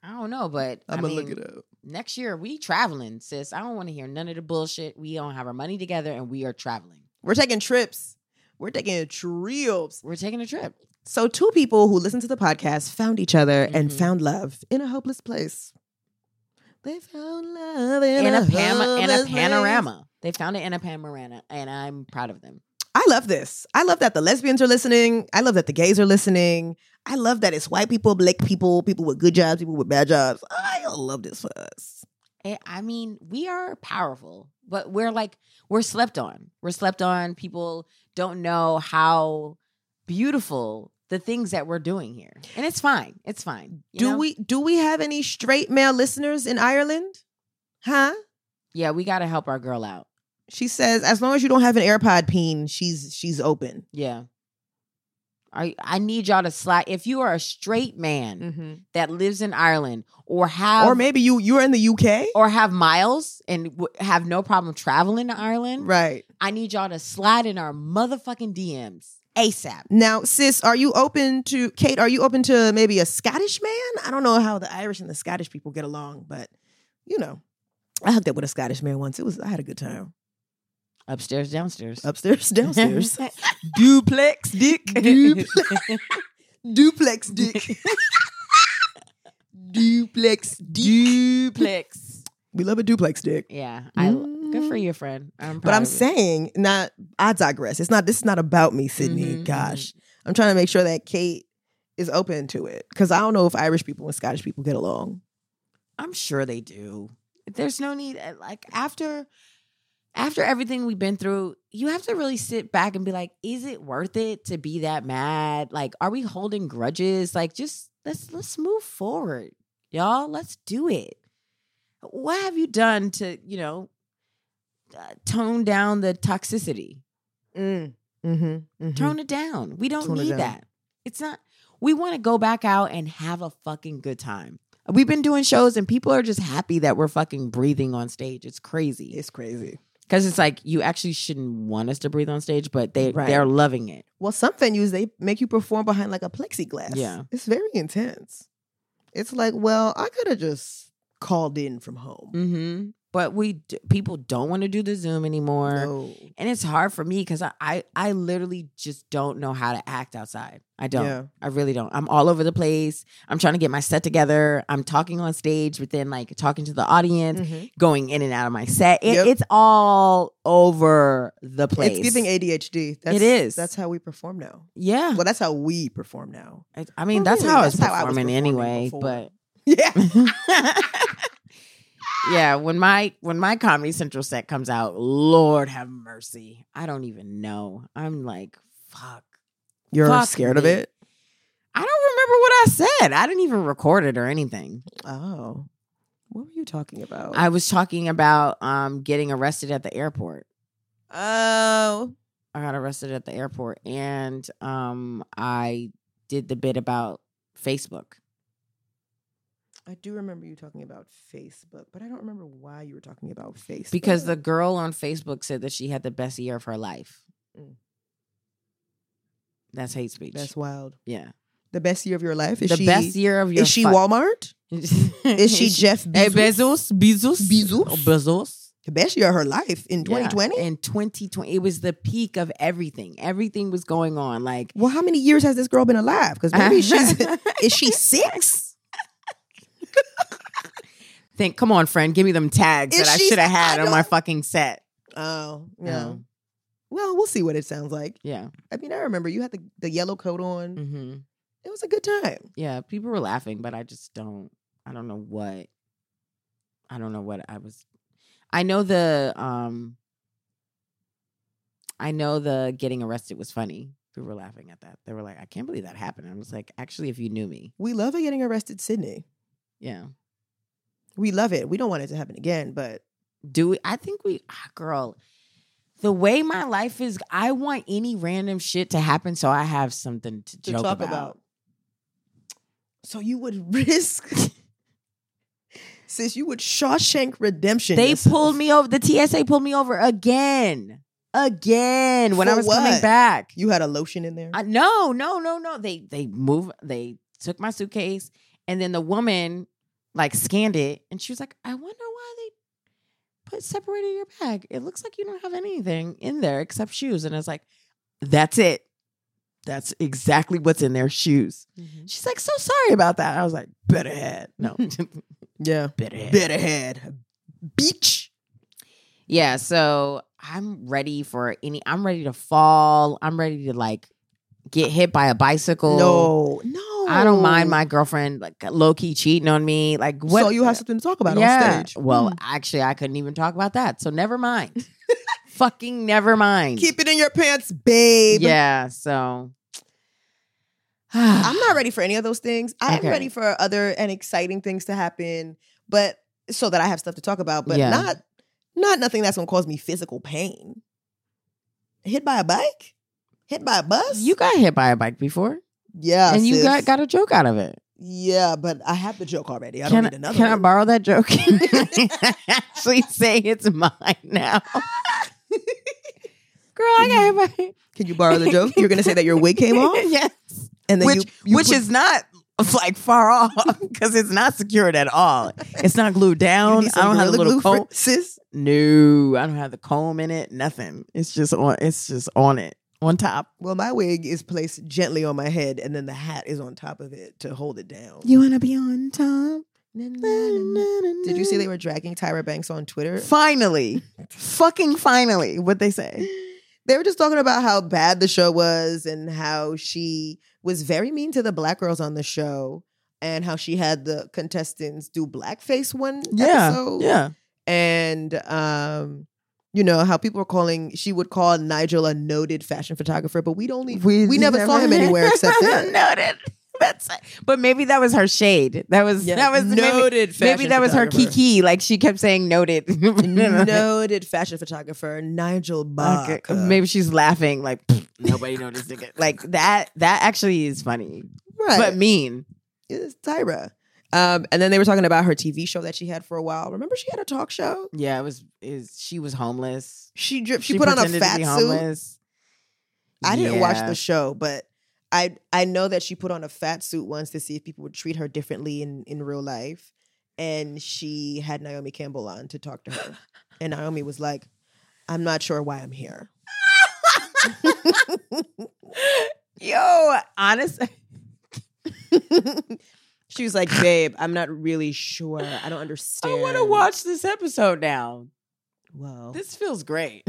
[SPEAKER 2] I don't know, but
[SPEAKER 3] I'm
[SPEAKER 2] I
[SPEAKER 3] gonna
[SPEAKER 2] mean,
[SPEAKER 3] look it up.
[SPEAKER 2] Next year we traveling, sis. I don't want to hear none of the bullshit. We don't have our money together, and we are traveling.
[SPEAKER 3] We're taking trips. We're taking trips.
[SPEAKER 2] We're taking a trip.
[SPEAKER 3] So, two people who listened to the podcast found each other and
[SPEAKER 2] Mhm.
[SPEAKER 3] found love in a hopeless place. They found love in,
[SPEAKER 2] in a
[SPEAKER 3] hopeless
[SPEAKER 2] pama- in a
[SPEAKER 3] place.
[SPEAKER 2] panorama. They found it in a panorama, and I'm proud of them.
[SPEAKER 3] I love this. I love that the lesbians are listening. I love that the gays are listening. I love that it's white people, black people, people with good jobs, people with bad jobs. I love this for us.
[SPEAKER 2] I- Eh, I mean, we are powerful, but we're like we're slept on. We're slept on. People don't know how beautiful the things that we're doing here, and it's fine. It's fine. you
[SPEAKER 3] do
[SPEAKER 2] know?
[SPEAKER 3] we do we have any straight male listeners in Ireland? Huh?
[SPEAKER 2] Yeah, we got to help our girl out.
[SPEAKER 3] She says, as long as you don't have an AirPod peen, she's she's open.
[SPEAKER 2] Yeah. I, I need y'all to slide. If you are a straight man that lives in Ireland Mm. or have
[SPEAKER 3] Or maybe you you're in the UK,
[SPEAKER 2] or have miles and w- have no problem traveling to Ireland,
[SPEAKER 3] right?
[SPEAKER 2] I need y'all to slide in our motherfucking DMs ASAP.
[SPEAKER 3] Now, sis, are you open to Kate? Are you open to maybe a Scottish man? I don't know how the Irish and the Scottish people get along, but you know, I hooked up with a Scottish man once. It was I had a good time
[SPEAKER 2] Upstairs, downstairs.
[SPEAKER 3] upstairs, downstairs,
[SPEAKER 2] Duplex dick.
[SPEAKER 3] Duplex. duplex dick, duplex dick.
[SPEAKER 2] Duplex.
[SPEAKER 3] We love a duplex dick.
[SPEAKER 2] Yeah. I, Good for
[SPEAKER 3] Mm.
[SPEAKER 2] you, friend. I'm
[SPEAKER 3] But
[SPEAKER 2] proud
[SPEAKER 3] I'm
[SPEAKER 2] of you.
[SPEAKER 3] saying, not I digress. It's not this is not about me, Sydney.
[SPEAKER 2] Mhm,
[SPEAKER 3] Gosh. I'm trying to make sure that Kate is open to it. Cause I don't know if Irish people and Scottish people get along.
[SPEAKER 2] I'm sure they do. There's no need uh, like after after everything we've been through, you have to really sit back and be like, is it worth it to be that mad? Like are we holding grudges? Like just let's let's move forward. Y'all, let's do it. What have you done to, you know, uh, tone down the toxicity?
[SPEAKER 3] Mm. Mm-hmm.
[SPEAKER 2] Tone it down. We don't
[SPEAKER 3] Tone it
[SPEAKER 2] need
[SPEAKER 3] down.
[SPEAKER 2] that. It's not, we want to go back out and have a fucking good time. We've been doing shows and people are just happy that we're fucking breathing on stage. It's crazy.
[SPEAKER 3] It's crazy.
[SPEAKER 2] Because it's like, you actually shouldn't want us to breathe on stage, but they,
[SPEAKER 3] Right.
[SPEAKER 2] they're loving it.
[SPEAKER 3] Well, some venues they make you perform behind like a plexiglass.
[SPEAKER 2] Yeah.
[SPEAKER 3] It's very intense. It's like, well, I could have just called in from home.
[SPEAKER 2] Mm-hmm. But we, d- people don't want to do the Zoom anymore.
[SPEAKER 3] No.
[SPEAKER 2] And it's hard for me because I, I, I literally just don't know how to act outside. I don't.
[SPEAKER 3] Yeah.
[SPEAKER 2] I really don't. I'm all over the place. I'm trying to get my set together. I'm talking on stage, but then like talking to the audience.
[SPEAKER 3] Mm-hmm.
[SPEAKER 2] going in and out of my set. It,
[SPEAKER 3] Yep.
[SPEAKER 2] It's all over the place.
[SPEAKER 3] It's giving ADHD. That's,
[SPEAKER 2] It is.
[SPEAKER 3] That's how we perform now.
[SPEAKER 2] yeah.
[SPEAKER 3] Well, that's how we perform now.
[SPEAKER 2] I- I mean,
[SPEAKER 3] Well,
[SPEAKER 2] that's
[SPEAKER 3] really,
[SPEAKER 2] how
[SPEAKER 3] that's
[SPEAKER 2] I was
[SPEAKER 3] how I was
[SPEAKER 2] performing
[SPEAKER 3] performing
[SPEAKER 2] anyway.
[SPEAKER 3] before.
[SPEAKER 2] But
[SPEAKER 3] Yeah.
[SPEAKER 2] yeah, when my when my Comedy Central set comes out, Lord have mercy. I don't even know. I'm like, fuck.
[SPEAKER 3] You're
[SPEAKER 2] Fuck
[SPEAKER 3] scared of
[SPEAKER 2] me.
[SPEAKER 3] it?
[SPEAKER 2] I don't remember what I said. I didn't even record it or anything.
[SPEAKER 3] Oh. What were you talking about?
[SPEAKER 2] I was talking about um getting arrested at the airport.
[SPEAKER 3] oh,
[SPEAKER 2] I got arrested at the airport and um I did the bit about Facebook.
[SPEAKER 3] I do remember you talking about Facebook, but I don't remember why you were talking about Facebook.
[SPEAKER 2] Because the girl on Facebook said that she had the best year of her life.
[SPEAKER 3] Mm.
[SPEAKER 2] That's hate speech.
[SPEAKER 3] that's wild.
[SPEAKER 2] yeah.
[SPEAKER 3] The best year of your life is
[SPEAKER 2] the
[SPEAKER 3] she,
[SPEAKER 2] best year of your
[SPEAKER 3] Is she
[SPEAKER 2] fu-
[SPEAKER 3] Walmart? Is she Jeff Bezos?
[SPEAKER 2] Hey, Bezos? Bezos?
[SPEAKER 3] Bezos?
[SPEAKER 2] Oh, Bezos.
[SPEAKER 3] The best year of her life in
[SPEAKER 2] Yeah.
[SPEAKER 3] 2020.
[SPEAKER 2] In 2020. It was the peak of everything. Everything was going on. Like,
[SPEAKER 3] Well, how many years has this girl been alive? Because maybe she's is she six?
[SPEAKER 2] think, come on, friend, give me them tags
[SPEAKER 3] Is
[SPEAKER 2] that I
[SPEAKER 3] she-
[SPEAKER 2] should have
[SPEAKER 3] I
[SPEAKER 2] had on
[SPEAKER 3] don't-
[SPEAKER 2] my fucking set.
[SPEAKER 3] Oh,
[SPEAKER 2] Yeah.
[SPEAKER 3] Well, we'll see what it sounds like.
[SPEAKER 2] Yeah.
[SPEAKER 3] I mean, I remember you had the, the yellow coat on.
[SPEAKER 2] hmm
[SPEAKER 3] It was a good time.
[SPEAKER 2] Yeah. People were laughing, but I just don't, I don't know what, I don't know what I was. I know the, um, I know the getting arrested was funny. People were laughing at that. They were like, I can't believe that happened. I was like, actually, if you knew me.
[SPEAKER 3] We love a getting arrested, Sydney.
[SPEAKER 2] Yeah.
[SPEAKER 3] We love it. We don't want it to happen again, but
[SPEAKER 2] Do we? I think we, ah, girl. The way my life is, I want any random shit to happen so I have something to,
[SPEAKER 3] to
[SPEAKER 2] joke
[SPEAKER 3] talk about.
[SPEAKER 2] about.
[SPEAKER 3] So you would risk, since you would Shawshank Redemption.
[SPEAKER 2] They
[SPEAKER 3] yourself.
[SPEAKER 2] pulled me over. The TSA pulled me over again, again when I
[SPEAKER 3] For
[SPEAKER 2] was coming
[SPEAKER 3] what?
[SPEAKER 2] back.
[SPEAKER 3] You had a lotion in there.
[SPEAKER 2] I, no, no, no, no. They they move. They took my suitcase, and then the woman like scanned it, and she was like, "I wonder why they put separated your bag. It looks like you don't have anything in there except shoes." And I was like, "That's it. That's exactly what's in their shoes." She's like, "So sorry about that." I was like, "Better head, no,
[SPEAKER 3] yeah,
[SPEAKER 2] better head,
[SPEAKER 3] better head, beach.
[SPEAKER 2] Yeah, so I'm ready for any. I'm ready to fall. I'm ready to like get hit by a bicycle.
[SPEAKER 3] Uh, No, no.
[SPEAKER 2] I don't mind my girlfriend like low key cheating on me. Like what?
[SPEAKER 3] So you have something to talk about
[SPEAKER 2] Yeah.
[SPEAKER 3] on stage.
[SPEAKER 2] Well,
[SPEAKER 3] Hmm.
[SPEAKER 2] actually, I couldn't even talk about that. So never mind. Fucking never mind.
[SPEAKER 3] keep it in your pants, babe.
[SPEAKER 2] Yeah. So
[SPEAKER 3] I'm not ready for any of those things. I
[SPEAKER 2] Okay.
[SPEAKER 3] am ready for other and exciting things to happen, but so that I have stuff to talk about, but
[SPEAKER 2] Yeah.
[SPEAKER 3] not not nothing that's gonna cause me physical pain. Hit by a bike? Hit by a bus?
[SPEAKER 2] You got hit by a bike before,
[SPEAKER 3] yeah,
[SPEAKER 2] and you
[SPEAKER 3] sis.
[SPEAKER 2] got got a joke out of it.
[SPEAKER 3] yeah, but I have the joke already. I
[SPEAKER 2] can
[SPEAKER 3] don't need another.
[SPEAKER 2] can I
[SPEAKER 3] one.
[SPEAKER 2] borrow that joke? actually, say it's mine now. Girl, I got hit by.
[SPEAKER 3] Can you borrow the joke? You're gonna say that your wig came off,
[SPEAKER 2] yes.
[SPEAKER 3] and then
[SPEAKER 2] which
[SPEAKER 3] you, you
[SPEAKER 2] which
[SPEAKER 3] put-
[SPEAKER 2] is not like far off because it's not secured at all. It's not glued
[SPEAKER 3] you
[SPEAKER 2] down.
[SPEAKER 3] need
[SPEAKER 2] I
[SPEAKER 3] some
[SPEAKER 2] don't have a
[SPEAKER 3] Gorilla
[SPEAKER 2] little
[SPEAKER 3] Glue for-
[SPEAKER 2] comb.
[SPEAKER 3] sis.
[SPEAKER 2] No, I don't have the comb in it. Nothing. It's just on. It's just on it on top.
[SPEAKER 3] Well, my wig is placed gently on my head, and then the hat is on top of it to hold it down.
[SPEAKER 2] You wanna be on top?
[SPEAKER 3] Did you see they were dragging Tyra Banks on Twitter?
[SPEAKER 2] Finally, fucking finally, what they say.
[SPEAKER 3] They were just talking about how bad the show was and how she was very mean to the black girls on the show and how she had the contestants do blackface one
[SPEAKER 2] Yeah,
[SPEAKER 3] episode.
[SPEAKER 2] yeah.
[SPEAKER 3] And um you know how people were calling she would call Nigel a noted fashion photographer, but we'd only we, never, saw him anywhere except that.
[SPEAKER 2] noted. That's but maybe that was her shade. That was
[SPEAKER 3] Yeah,
[SPEAKER 2] that was maybe,
[SPEAKER 3] noted
[SPEAKER 2] maybe that was her
[SPEAKER 3] photographer.
[SPEAKER 2] kiki. Like she kept saying noted.
[SPEAKER 3] noted fashion photographer Nigel Bach.
[SPEAKER 2] Okay. Maybe she's laughing like nobody noticed it. Like that that actually is funny.
[SPEAKER 3] right.
[SPEAKER 2] But mean.
[SPEAKER 3] It's Tyra. Um, and then they were talking about her TV show that she had for a while. Remember, she had a talk show.
[SPEAKER 2] Yeah, it was is she was homeless.
[SPEAKER 3] She drip, she, put on a
[SPEAKER 2] pretended to
[SPEAKER 3] fat
[SPEAKER 2] be
[SPEAKER 3] suit.
[SPEAKER 2] homeless.
[SPEAKER 3] I didn't watch
[SPEAKER 2] Yeah.
[SPEAKER 3] the show, but I I know that she put on a fat suit once to see if people would treat her differently in in real life. And she had Naomi Campbell on to talk to her, and Naomi was like, "I'm not sure why I'm here."
[SPEAKER 2] Yo, honest
[SPEAKER 3] she was like, "Babe, I'm not really sure. I don't
[SPEAKER 2] I
[SPEAKER 3] understand."
[SPEAKER 2] want to watch this episode now.
[SPEAKER 3] Whoa.
[SPEAKER 2] This feels great.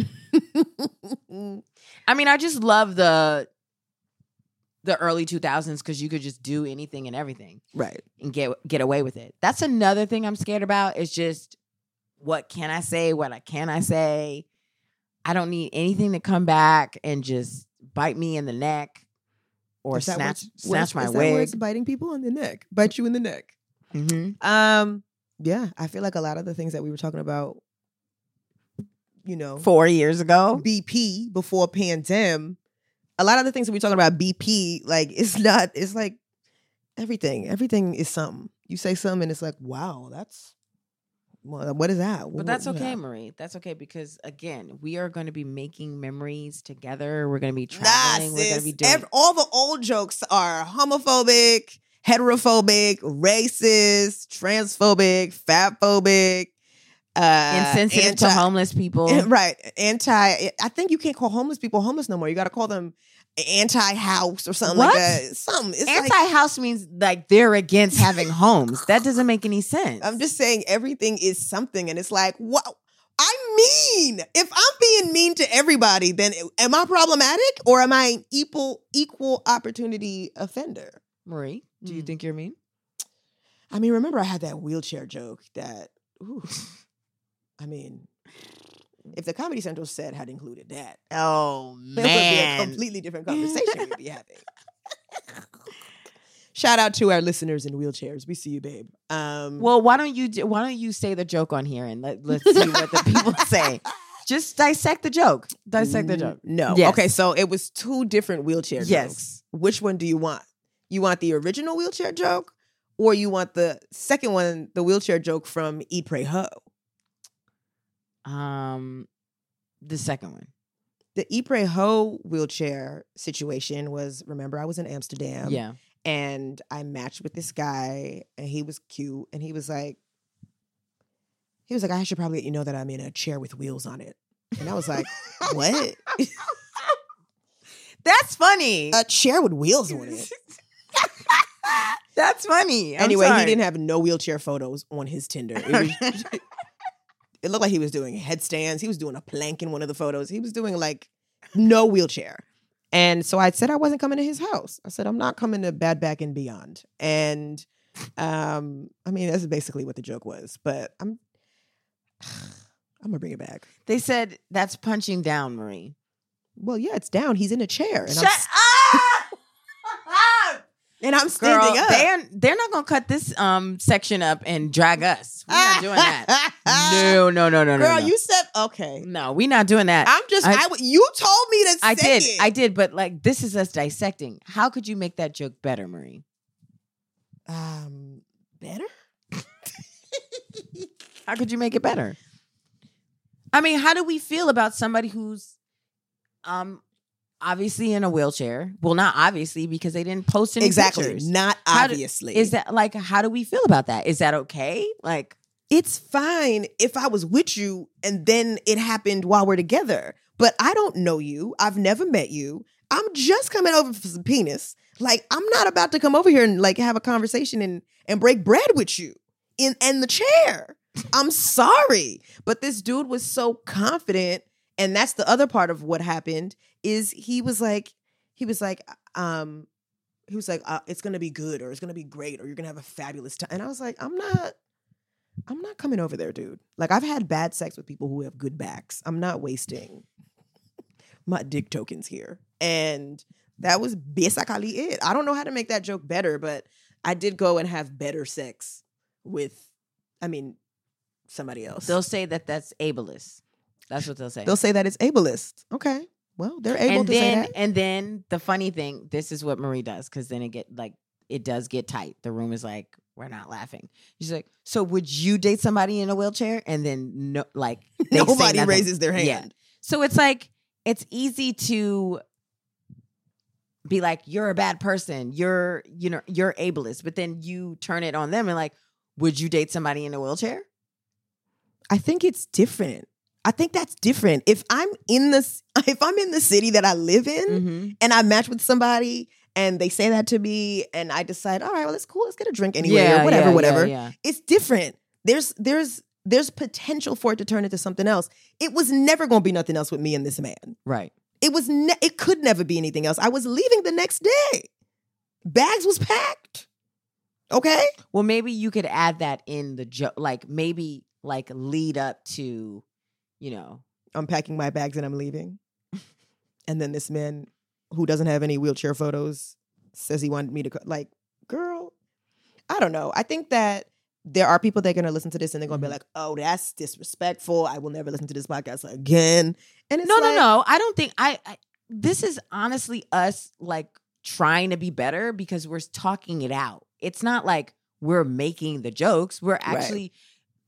[SPEAKER 2] I mean, I just love the the early 2000s cuz you could just do anything and everything.
[SPEAKER 3] right.
[SPEAKER 2] and get get away with it. That's another thing I'm scared about. Is just what can I say? What I can I say? I don't need anything to come back and just bite me in the neck or
[SPEAKER 3] Is that
[SPEAKER 2] snatch
[SPEAKER 3] where it's-
[SPEAKER 2] snatch my
[SPEAKER 3] is that where
[SPEAKER 2] wig.
[SPEAKER 3] it's biting people in the neck, bite you in the neck.
[SPEAKER 2] Mhm.
[SPEAKER 3] Um, yeah, I feel like a lot of the things that we were talking about,
[SPEAKER 2] Oh.
[SPEAKER 3] you know,
[SPEAKER 5] Four years ago.
[SPEAKER 3] BP before pandem, a lot of the things that we're talking about BP, like it's not, it's like everything. Everything is something. You say something and it's like, wow, that's well, what is that?
[SPEAKER 2] But that's okay, Marie. That's okay because again, we are going to be making memories together. We're going to be
[SPEAKER 3] Nah,
[SPEAKER 2] traveling. We're going to
[SPEAKER 3] sis.
[SPEAKER 2] be doing.
[SPEAKER 3] Ev- all the old jokes are homophobic, heterophobic, racist, transphobic, fatphobic, uh,
[SPEAKER 2] insensitive to
[SPEAKER 3] anti-
[SPEAKER 2] homeless people.
[SPEAKER 3] Right, anti. I think you can't call homeless people homeless no more. You got to call them anti-house or something
[SPEAKER 2] What?
[SPEAKER 3] like that. Something. It's like-
[SPEAKER 2] Anti-house means like they're against having homes. That doesn't make any sense.
[SPEAKER 3] I'm just saying everything is something, and it's like wow. I mean, if I'm being mean to everybody, then am I problematic or am I an equal equal opportunity offender?
[SPEAKER 2] Marie, do you
[SPEAKER 3] Mm.
[SPEAKER 2] think you're mean?
[SPEAKER 3] I mean, remember I had that wheelchair joke that, ooh, I mean, if the Comedy Central said had included that,
[SPEAKER 2] Oh
[SPEAKER 3] it would be a completely different conversation we'd be having. Shout out to our listeners in wheelchairs. We see you, babe. Um,
[SPEAKER 2] Well, why don't you do, why don't you say the joke on here and let, let's see what the people say. Just dissect the joke. Dissect the
[SPEAKER 3] mm,
[SPEAKER 2] joke.
[SPEAKER 3] No.
[SPEAKER 2] Yes.
[SPEAKER 3] Okay, so it was two different wheelchair jokes.
[SPEAKER 2] Yes.
[SPEAKER 3] Which one do you want? You want the original wheelchair joke or you want the second one, the wheelchair joke from Eat, Pray, Ho?
[SPEAKER 2] Um, the second one.
[SPEAKER 3] the Ypres Ho wheelchair situation was remember I was in Amsterdam
[SPEAKER 2] yeah.
[SPEAKER 3] and I matched with this guy and he was cute and he was like he was like I should probably let you know that I'm in a chair with wheels on it. And I was like, "What?
[SPEAKER 2] That's funny.
[SPEAKER 3] A chair with wheels on it?"
[SPEAKER 2] That's funny. I'm
[SPEAKER 3] anyway,
[SPEAKER 2] sorry.
[SPEAKER 3] he didn't have no wheelchair photos on his Tinder. It, was- it looked like he was doing headstands. He was doing a plank in one of the photos. He was doing like no wheelchair. And so I said I wasn't coming to his house. I said I'm not coming to Bad Back and Beyond. And um, I mean that's basically what the joke was. But I'm, I'm gonna bring it back.
[SPEAKER 2] They said that's punching down, Marie.
[SPEAKER 3] Well, yeah, it's down. He's in a chair, and
[SPEAKER 2] Shut
[SPEAKER 3] I'm
[SPEAKER 2] up.
[SPEAKER 3] and I'm
[SPEAKER 2] Girl,
[SPEAKER 3] standing up.
[SPEAKER 2] They're, they're not gonna cut this um section up and drag us. We're not doing that.
[SPEAKER 3] no,
[SPEAKER 2] No, no, no, no, no.
[SPEAKER 3] girl,
[SPEAKER 2] no.
[SPEAKER 3] you said okay.
[SPEAKER 2] No, we're not doing that.
[SPEAKER 3] I'm just.
[SPEAKER 2] I-
[SPEAKER 3] I, w- you told me to.
[SPEAKER 2] I
[SPEAKER 3] say
[SPEAKER 2] did.
[SPEAKER 3] It.
[SPEAKER 2] I did, but like this is us dissecting. How could you make that joke better, Marie?
[SPEAKER 3] um better.
[SPEAKER 2] How could you make it better? I mean, how do we feel about somebody who's um obviously in a wheelchair? Well, not obviously because they didn't post any
[SPEAKER 3] Exactly.
[SPEAKER 2] pictures.
[SPEAKER 3] Not
[SPEAKER 2] How do-
[SPEAKER 3] obviously.
[SPEAKER 2] Is that like how do we feel about that? Is that okay? Like
[SPEAKER 3] it's fine if I was with you and then it happened while we're together. But I don't know you. I've never met you. I'm just coming over for some penis. Like I'm not about to come over here and like have a conversation and and break bread with you in and the chair. I'm sorry, but this dude was so confident and that's the other part of what happened is he was like he was like um he was like uh, it's going to be good or it's going to be great or you're going to have a fabulous time. And I was like, I'm not I'm not coming over there, dude. Like I've had bad sex with people who have good backs. I'm not wasting my dick tokens here. And that was basically it. I don't know how to make that joke better, but I did go and have better sex with I mean somebody else.
[SPEAKER 2] they'll say that that's ableist. That's what they'll say.
[SPEAKER 3] They'll say that it's ableist. Okay. Well, they're able
[SPEAKER 2] and
[SPEAKER 3] to
[SPEAKER 2] then
[SPEAKER 3] say that.
[SPEAKER 2] and then the funny thing, this is what Marie does because then it get like it does get tight. The room is like we're not laughing. She's like, so would you date somebody in a wheelchair? And then no, like they say
[SPEAKER 3] Nobody
[SPEAKER 2] nothing.
[SPEAKER 3] raises their hand.
[SPEAKER 2] Yeah. So it's like it's easy to be like you're a bad person, you're you know you're ableist, but then you turn it on them and like, would you date somebody in a wheelchair?
[SPEAKER 3] I think it's different. I think that's different. If I'm in this if I'm in the city that I live in,
[SPEAKER 2] Mm-hmm.
[SPEAKER 3] and I match with somebody and they say that to me and I decide, all right, well, it's cool, let's get a drink anyway, or whatever, whatever.
[SPEAKER 2] Yeah,
[SPEAKER 3] It's different. There's there's there's potential for it to turn into something else. It was never gonna be nothing else with me and this man.
[SPEAKER 2] right.
[SPEAKER 3] It was ne- it could never be anything else. I was leaving the next day. Bags was packed. Okay?
[SPEAKER 2] Well, maybe you could add that in the joke, like maybe like lead up to, you know,
[SPEAKER 3] I'm packing my bags and I'm leaving. And then this man who doesn't have any wheelchair photos says he wanted me to co- like, girl, I don't know. I think that there are people that are going to listen to this and they're
[SPEAKER 2] Mm-hmm.
[SPEAKER 3] going to be like, oh, that's disrespectful. I will never listen to this podcast again. And it's
[SPEAKER 2] no,
[SPEAKER 3] like,
[SPEAKER 2] no, no. I don't think I, I. This is honestly us like trying to be better because we're talking it out. It's not like we're making the jokes. We're actually.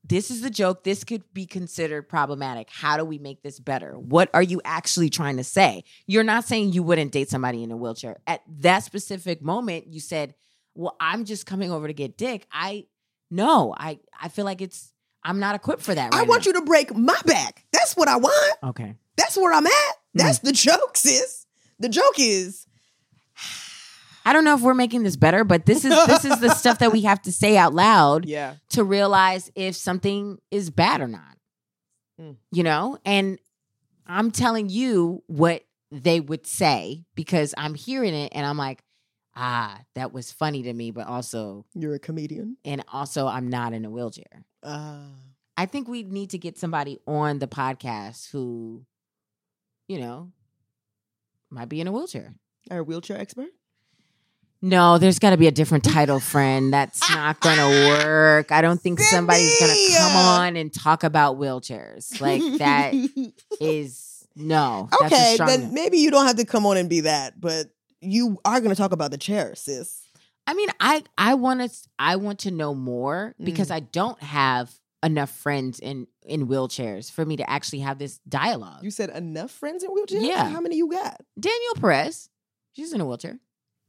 [SPEAKER 2] This is the joke. This could be considered problematic. How do we make this better? What are you actually trying to say? You're not saying you wouldn't date somebody in a wheelchair. At that specific moment, you said, "Well, I'm just coming over to get dick." I no, I I feel like it's I'm not equipped for that. Right
[SPEAKER 3] I want you to break my back. That's what I want.
[SPEAKER 2] you. Okay.
[SPEAKER 3] That's where I'm at.
[SPEAKER 2] Hmm.
[SPEAKER 3] That's the joke, sis. The joke is
[SPEAKER 2] I don't know if we're making this better, but this is this is the stuff that we have to say out loud
[SPEAKER 3] yeah.
[SPEAKER 2] to realize if something is bad or not.
[SPEAKER 3] Mm.
[SPEAKER 2] You know? And I'm telling you what they would say because I'm hearing it and I'm like, ah, that was funny to me, but also
[SPEAKER 3] You're a comedian.
[SPEAKER 2] and also I'm not in a wheelchair.
[SPEAKER 3] Uh,
[SPEAKER 2] I think we need to get somebody on the podcast who, you know, might be in a wheelchair.
[SPEAKER 3] are a wheelchair expert?
[SPEAKER 2] No, there's got to be a different title, friend. That's not going to work. I don't think somebody's going to
[SPEAKER 3] Cindy!
[SPEAKER 2] come on and talk about wheelchairs. Like that is no. That's a
[SPEAKER 3] okay,
[SPEAKER 2] strong
[SPEAKER 3] then
[SPEAKER 2] no.
[SPEAKER 3] maybe you don't have to come on and be that, but you are going to talk about the chair, sis.
[SPEAKER 2] I mean, I I want to I want to know more
[SPEAKER 3] Mm.
[SPEAKER 2] because I don't have enough friends in in wheelchairs for me to actually have this dialogue.
[SPEAKER 3] You said enough friends in wheelchairs?
[SPEAKER 2] Yeah.
[SPEAKER 3] How many you got?
[SPEAKER 2] Danielle Perez, she's in a wheelchair,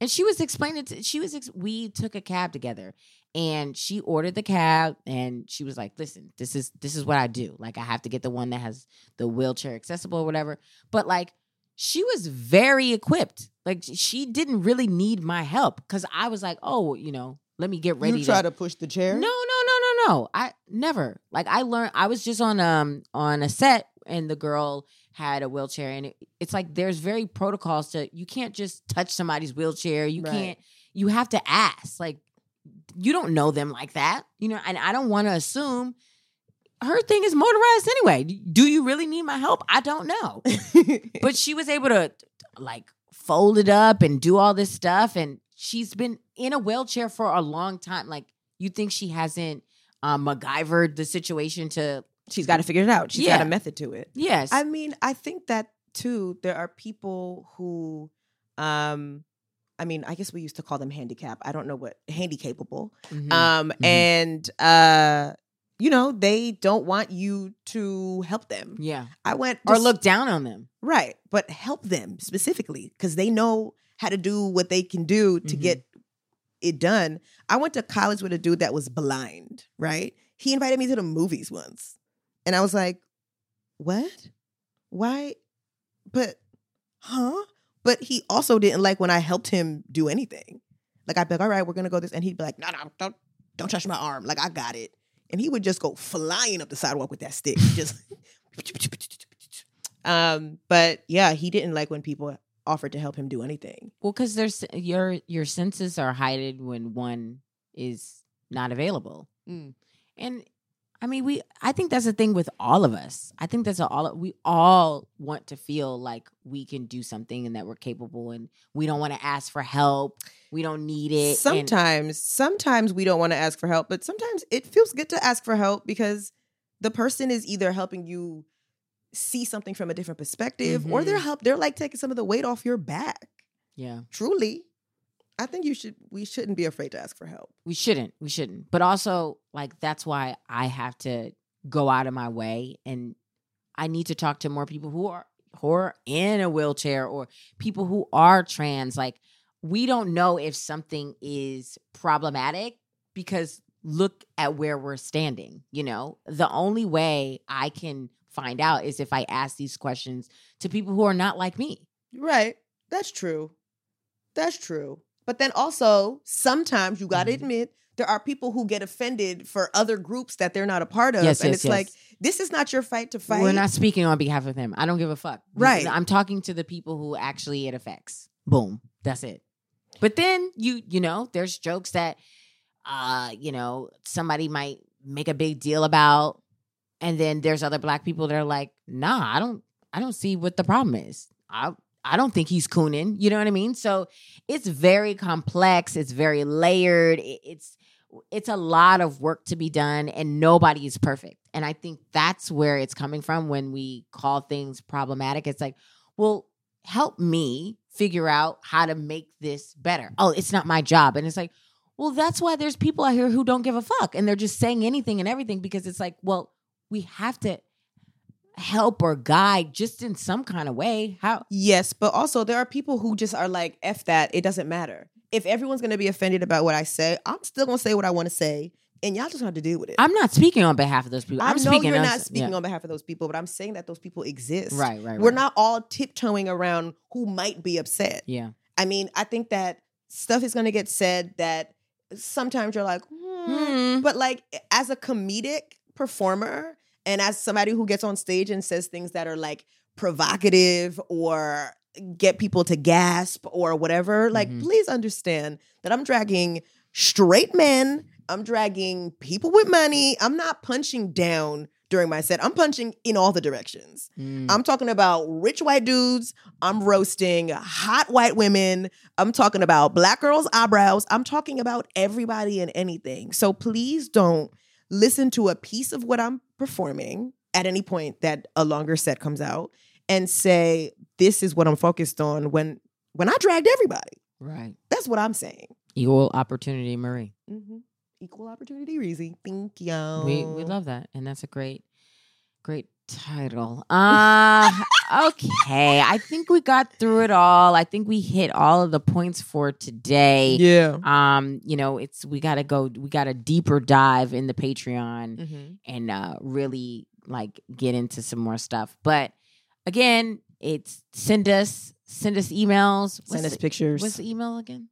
[SPEAKER 2] and she was explaining. To, she was. Ex- we took a cab together, and she ordered the cab, and she was like, "Listen, this is this is what I do. Like, I have to get the one that has the wheelchair accessible or whatever." But like, she was very equipped. Like, she didn't really need my help because I was like, "Oh, you know, let me get ready."
[SPEAKER 3] you try to, push the chair?
[SPEAKER 2] No, no, no, no, no. I never. Like I learned I was just on um on a set and the girl had a wheelchair and it, it's like there's very protocols to you can't just touch somebody's wheelchair. You
[SPEAKER 3] Right.
[SPEAKER 2] can't you have to ask. Like you don't know them like that. You know, and I don't want to assume her thing is motorized anyway. Do you really need my help? I don't know. but she was able to like fold it up and do all this stuff and she's been in a wheelchair for a long time like you think she hasn't um MacGyvered the situation to
[SPEAKER 3] She's got to figure it out. She's got
[SPEAKER 2] Yeah.
[SPEAKER 3] a method to it.
[SPEAKER 2] yes
[SPEAKER 3] I mean, I think that too, there are people who, um, I mean, I guess we used to call them handicap. I don't know what handicapable.
[SPEAKER 2] Mhm.
[SPEAKER 3] Um,
[SPEAKER 2] Mhm.
[SPEAKER 3] and uh, you know, they don't want you to help them.
[SPEAKER 2] yeah
[SPEAKER 3] I went
[SPEAKER 2] Mm. or
[SPEAKER 3] just-
[SPEAKER 2] look down on them
[SPEAKER 3] right, but help them specifically because they know how to do what they can do to
[SPEAKER 2] Mhm.
[SPEAKER 3] get it done. I went to college with a dude that was blind. Right, he invited me to the movies once, and I was like, "What? Why? But huh?" But he also didn't like when I helped him do anything. Like I'd be like, "All right, we're gonna go this," and he'd be like, "No, no, don't, don't touch my arm. Like I got it." And he would just go flying up the sidewalk with that stick, just. um, but yeah, he didn't like when people offered to help him do anything.
[SPEAKER 2] well cuz there's your your senses are heightened when one is not available
[SPEAKER 3] Mm.
[SPEAKER 2] and I mean, we. I think that's the thing with all of us. I think that's a all. We all want to feel like we can do something and that we're capable, and we don't want to ask for help. We don't need it. and-
[SPEAKER 3] sometimes, sometimes we don't want to ask for help, but sometimes it feels good to ask for help because the person is either helping you see something from a different perspective, or
[SPEAKER 2] Mm-hmm.
[SPEAKER 3] they're help. They're like taking some of the weight off your back.
[SPEAKER 2] yeah,
[SPEAKER 3] Truly, I think you should. We shouldn't be afraid to ask for help.
[SPEAKER 2] we shouldn't. We shouldn't. But also, like that's why I have to go out of my way, and I need to talk to more people who are who are in a wheelchair or people who are trans. Like we don't know if something is problematic because look at where we're standing. You know, the only way I can find out is if I ask these questions to people who are not like me.
[SPEAKER 3] Right. That's true. That's true. But then also, sometimes you got to
[SPEAKER 2] Mhm.
[SPEAKER 3] admit there are people who get offended for other groups that they're not a part of.
[SPEAKER 2] Yes,
[SPEAKER 3] and
[SPEAKER 2] yes,
[SPEAKER 3] it's
[SPEAKER 2] yes.
[SPEAKER 3] like, this is not your fight to fight.
[SPEAKER 2] We're not speaking on behalf of them. I don't give a fuck.
[SPEAKER 3] Right.
[SPEAKER 2] I'm talking to the people who actually it affects. Boom. That's it. But then you you know, there's jokes that uh, you know, somebody might make a big deal about and then there's other black people that are like, "Nah, I don't I don't see what the problem is. I I don't think he's cooning." You know what I mean? So it's very complex, it's very layered. It, it's it's a lot of work to be done and nobody is perfect. And I think that's where it's coming from when we call things problematic. It's like, well, help me figure out how to make this better. Oh, it's not my job. And it's like, well, that's why there's people out here who don't give a fuck and they're just saying anything and everything because it's like, well, we have to help or guide just in some kind of way. How
[SPEAKER 3] Yes, but also there are people who just are like, F that, it doesn't matter. If everyone's gonna be offended about what I say, I'm still gonna say what I wanna say, and y'all just gonna have to deal with it.
[SPEAKER 2] I'm not speaking on behalf of those people.
[SPEAKER 3] I
[SPEAKER 2] I'm
[SPEAKER 3] know
[SPEAKER 2] speaking
[SPEAKER 3] you're
[SPEAKER 2] on-
[SPEAKER 3] not speaking
[SPEAKER 2] yeah.
[SPEAKER 3] on behalf of those people, but I'm saying that those people exist.
[SPEAKER 2] Right, right, right.
[SPEAKER 3] We're not all tiptoeing around who might be upset.
[SPEAKER 2] Yeah.
[SPEAKER 3] I mean, I think that stuff is gonna get said that sometimes you're like, hmm. but like as a comedic performer and as somebody who gets on stage and says things that are like provocative or get people to gasp or whatever, like
[SPEAKER 2] Mhm.
[SPEAKER 3] please understand that I'm dragging straight men, I'm dragging people with money, I'm not punching down during my set. I'm punching in all the directions.
[SPEAKER 2] Mm.
[SPEAKER 3] I'm talking about rich white dudes. I'm roasting hot white women. I'm talking about black girls' eyebrows. I'm talking about everybody and anything. So please don't listen to a piece of what I'm performing at any point that a longer set comes out and say, this is what I'm focused on when when I dragged everybody.
[SPEAKER 2] Right.
[SPEAKER 3] That's what I'm saying.
[SPEAKER 2] Equal opportunity, Marie.
[SPEAKER 3] Equal opportunity, Reezy. Thank you.
[SPEAKER 2] Mm-hmm. We we love that, and that's a great, great title. Uh okay. I think we got through it all. I think we hit all of the points for today.
[SPEAKER 3] Yeah.
[SPEAKER 2] Um, you know, it's we gotta go. We got a deeper dive in the Patreon
[SPEAKER 3] Mm-hmm.
[SPEAKER 2] and uh, really like get into some more stuff. But again, it's send us send us emails.
[SPEAKER 3] Send
[SPEAKER 2] What's
[SPEAKER 3] us
[SPEAKER 2] the-
[SPEAKER 3] pictures.
[SPEAKER 2] What's the email again?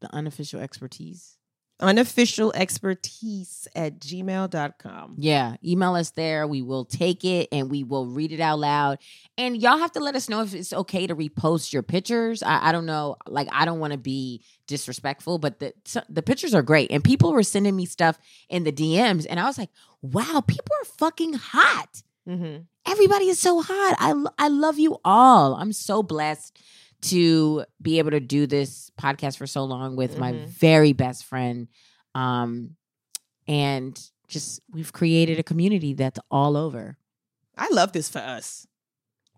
[SPEAKER 2] The unofficial expertise.
[SPEAKER 3] unofficial expertise at gmail.com.
[SPEAKER 2] Yeah, email us there. We will take it and we will read it out loud. And y'all have to let us know if it's okay to repost your pictures. I, I don't know. Like, I don't want to be disrespectful, but the so- the pictures are great. And people were sending me stuff in the DMs, and I was like, wow, people are fucking hot.
[SPEAKER 3] Mm-hmm.
[SPEAKER 2] Everybody is so hot. I lo- I love you all. I'm so blessed to be able to do this podcast for so long with my
[SPEAKER 3] Mhm.
[SPEAKER 2] very best friend. Um and just we've created a community that's all over.
[SPEAKER 3] I love this for us.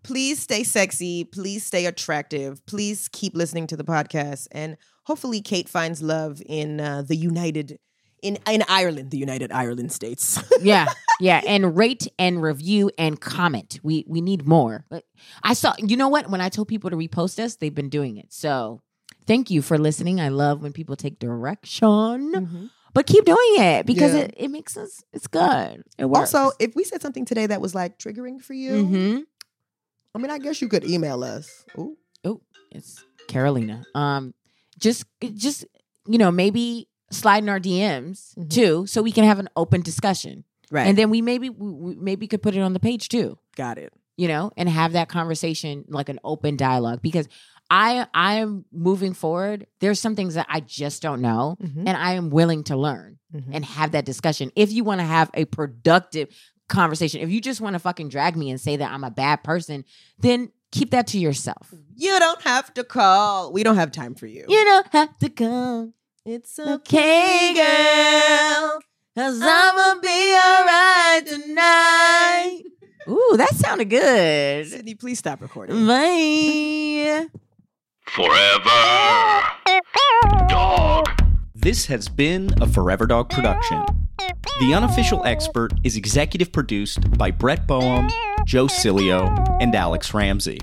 [SPEAKER 3] Please stay sexy. Please stay attractive. Please keep listening to the podcast. And hopefully, Kate finds love in uh, the United, in, in Ireland, the United Ireland States.
[SPEAKER 2] Yeah. Yeah, and rate and review and comment. We we need more. But I saw you know what? When I told people to repost us, they've been doing it. So, thank you for listening. I love when people take direction.
[SPEAKER 3] Mm-hmm.
[SPEAKER 2] But keep doing it because
[SPEAKER 3] Yeah.
[SPEAKER 2] it, it makes us it's good. It works.
[SPEAKER 3] Also, if we said something today that was like triggering for you,
[SPEAKER 2] hmm
[SPEAKER 3] I mean, I guess you could email us. Ooh.
[SPEAKER 2] it's Carolina. Um, just just you know maybe slide in our DMs
[SPEAKER 3] Mhm.
[SPEAKER 2] too, so we can have an open discussion,
[SPEAKER 3] Right.
[SPEAKER 2] and then we maybe we we maybe could put it on the page too,
[SPEAKER 3] Got it.
[SPEAKER 2] you know, and have that conversation like an open dialogue because. I I am moving forward. There's some things that I just don't know,
[SPEAKER 3] Mhm.
[SPEAKER 2] and I am willing to learn and have that discussion. If you want to have a productive conversation, if you just want to fucking drag me and say that I'm a bad person, then keep that to yourself.
[SPEAKER 3] You don't have to call. We don't have time for you.
[SPEAKER 2] You don't have to come.
[SPEAKER 3] It's
[SPEAKER 2] Okay, girl. Uh-huh. Cause I'ma be alright tonight. Ooh, that sounded good.
[SPEAKER 3] Sydney, please stop recording.
[SPEAKER 2] Bye.
[SPEAKER 1] Forever. Dog.
[SPEAKER 5] This has been a Forever Dog production. The Unofficial Expert is executive produced by Brett Boehm, Joe Cilio, and Alex Ramsey.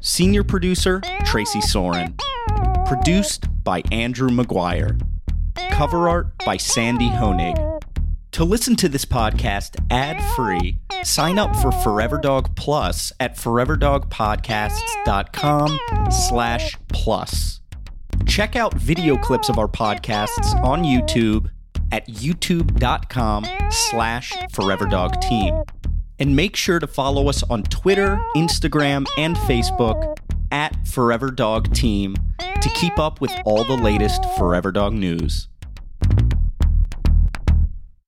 [SPEAKER 5] Senior producer, Tracy Soren. Produced by Andrew McGuire. Cover art by Sandy Honig. To listen to this podcast ad free, sign up for Forever Dog Plus at foreverdogpodcasts.com slash plus. Check out video clips of our podcasts on YouTube at youtube.com slash foreverdogteam. And make sure to follow us on Twitter, Instagram, and Facebook at Forever Dog Team to keep up with all the latest Forever Dog news.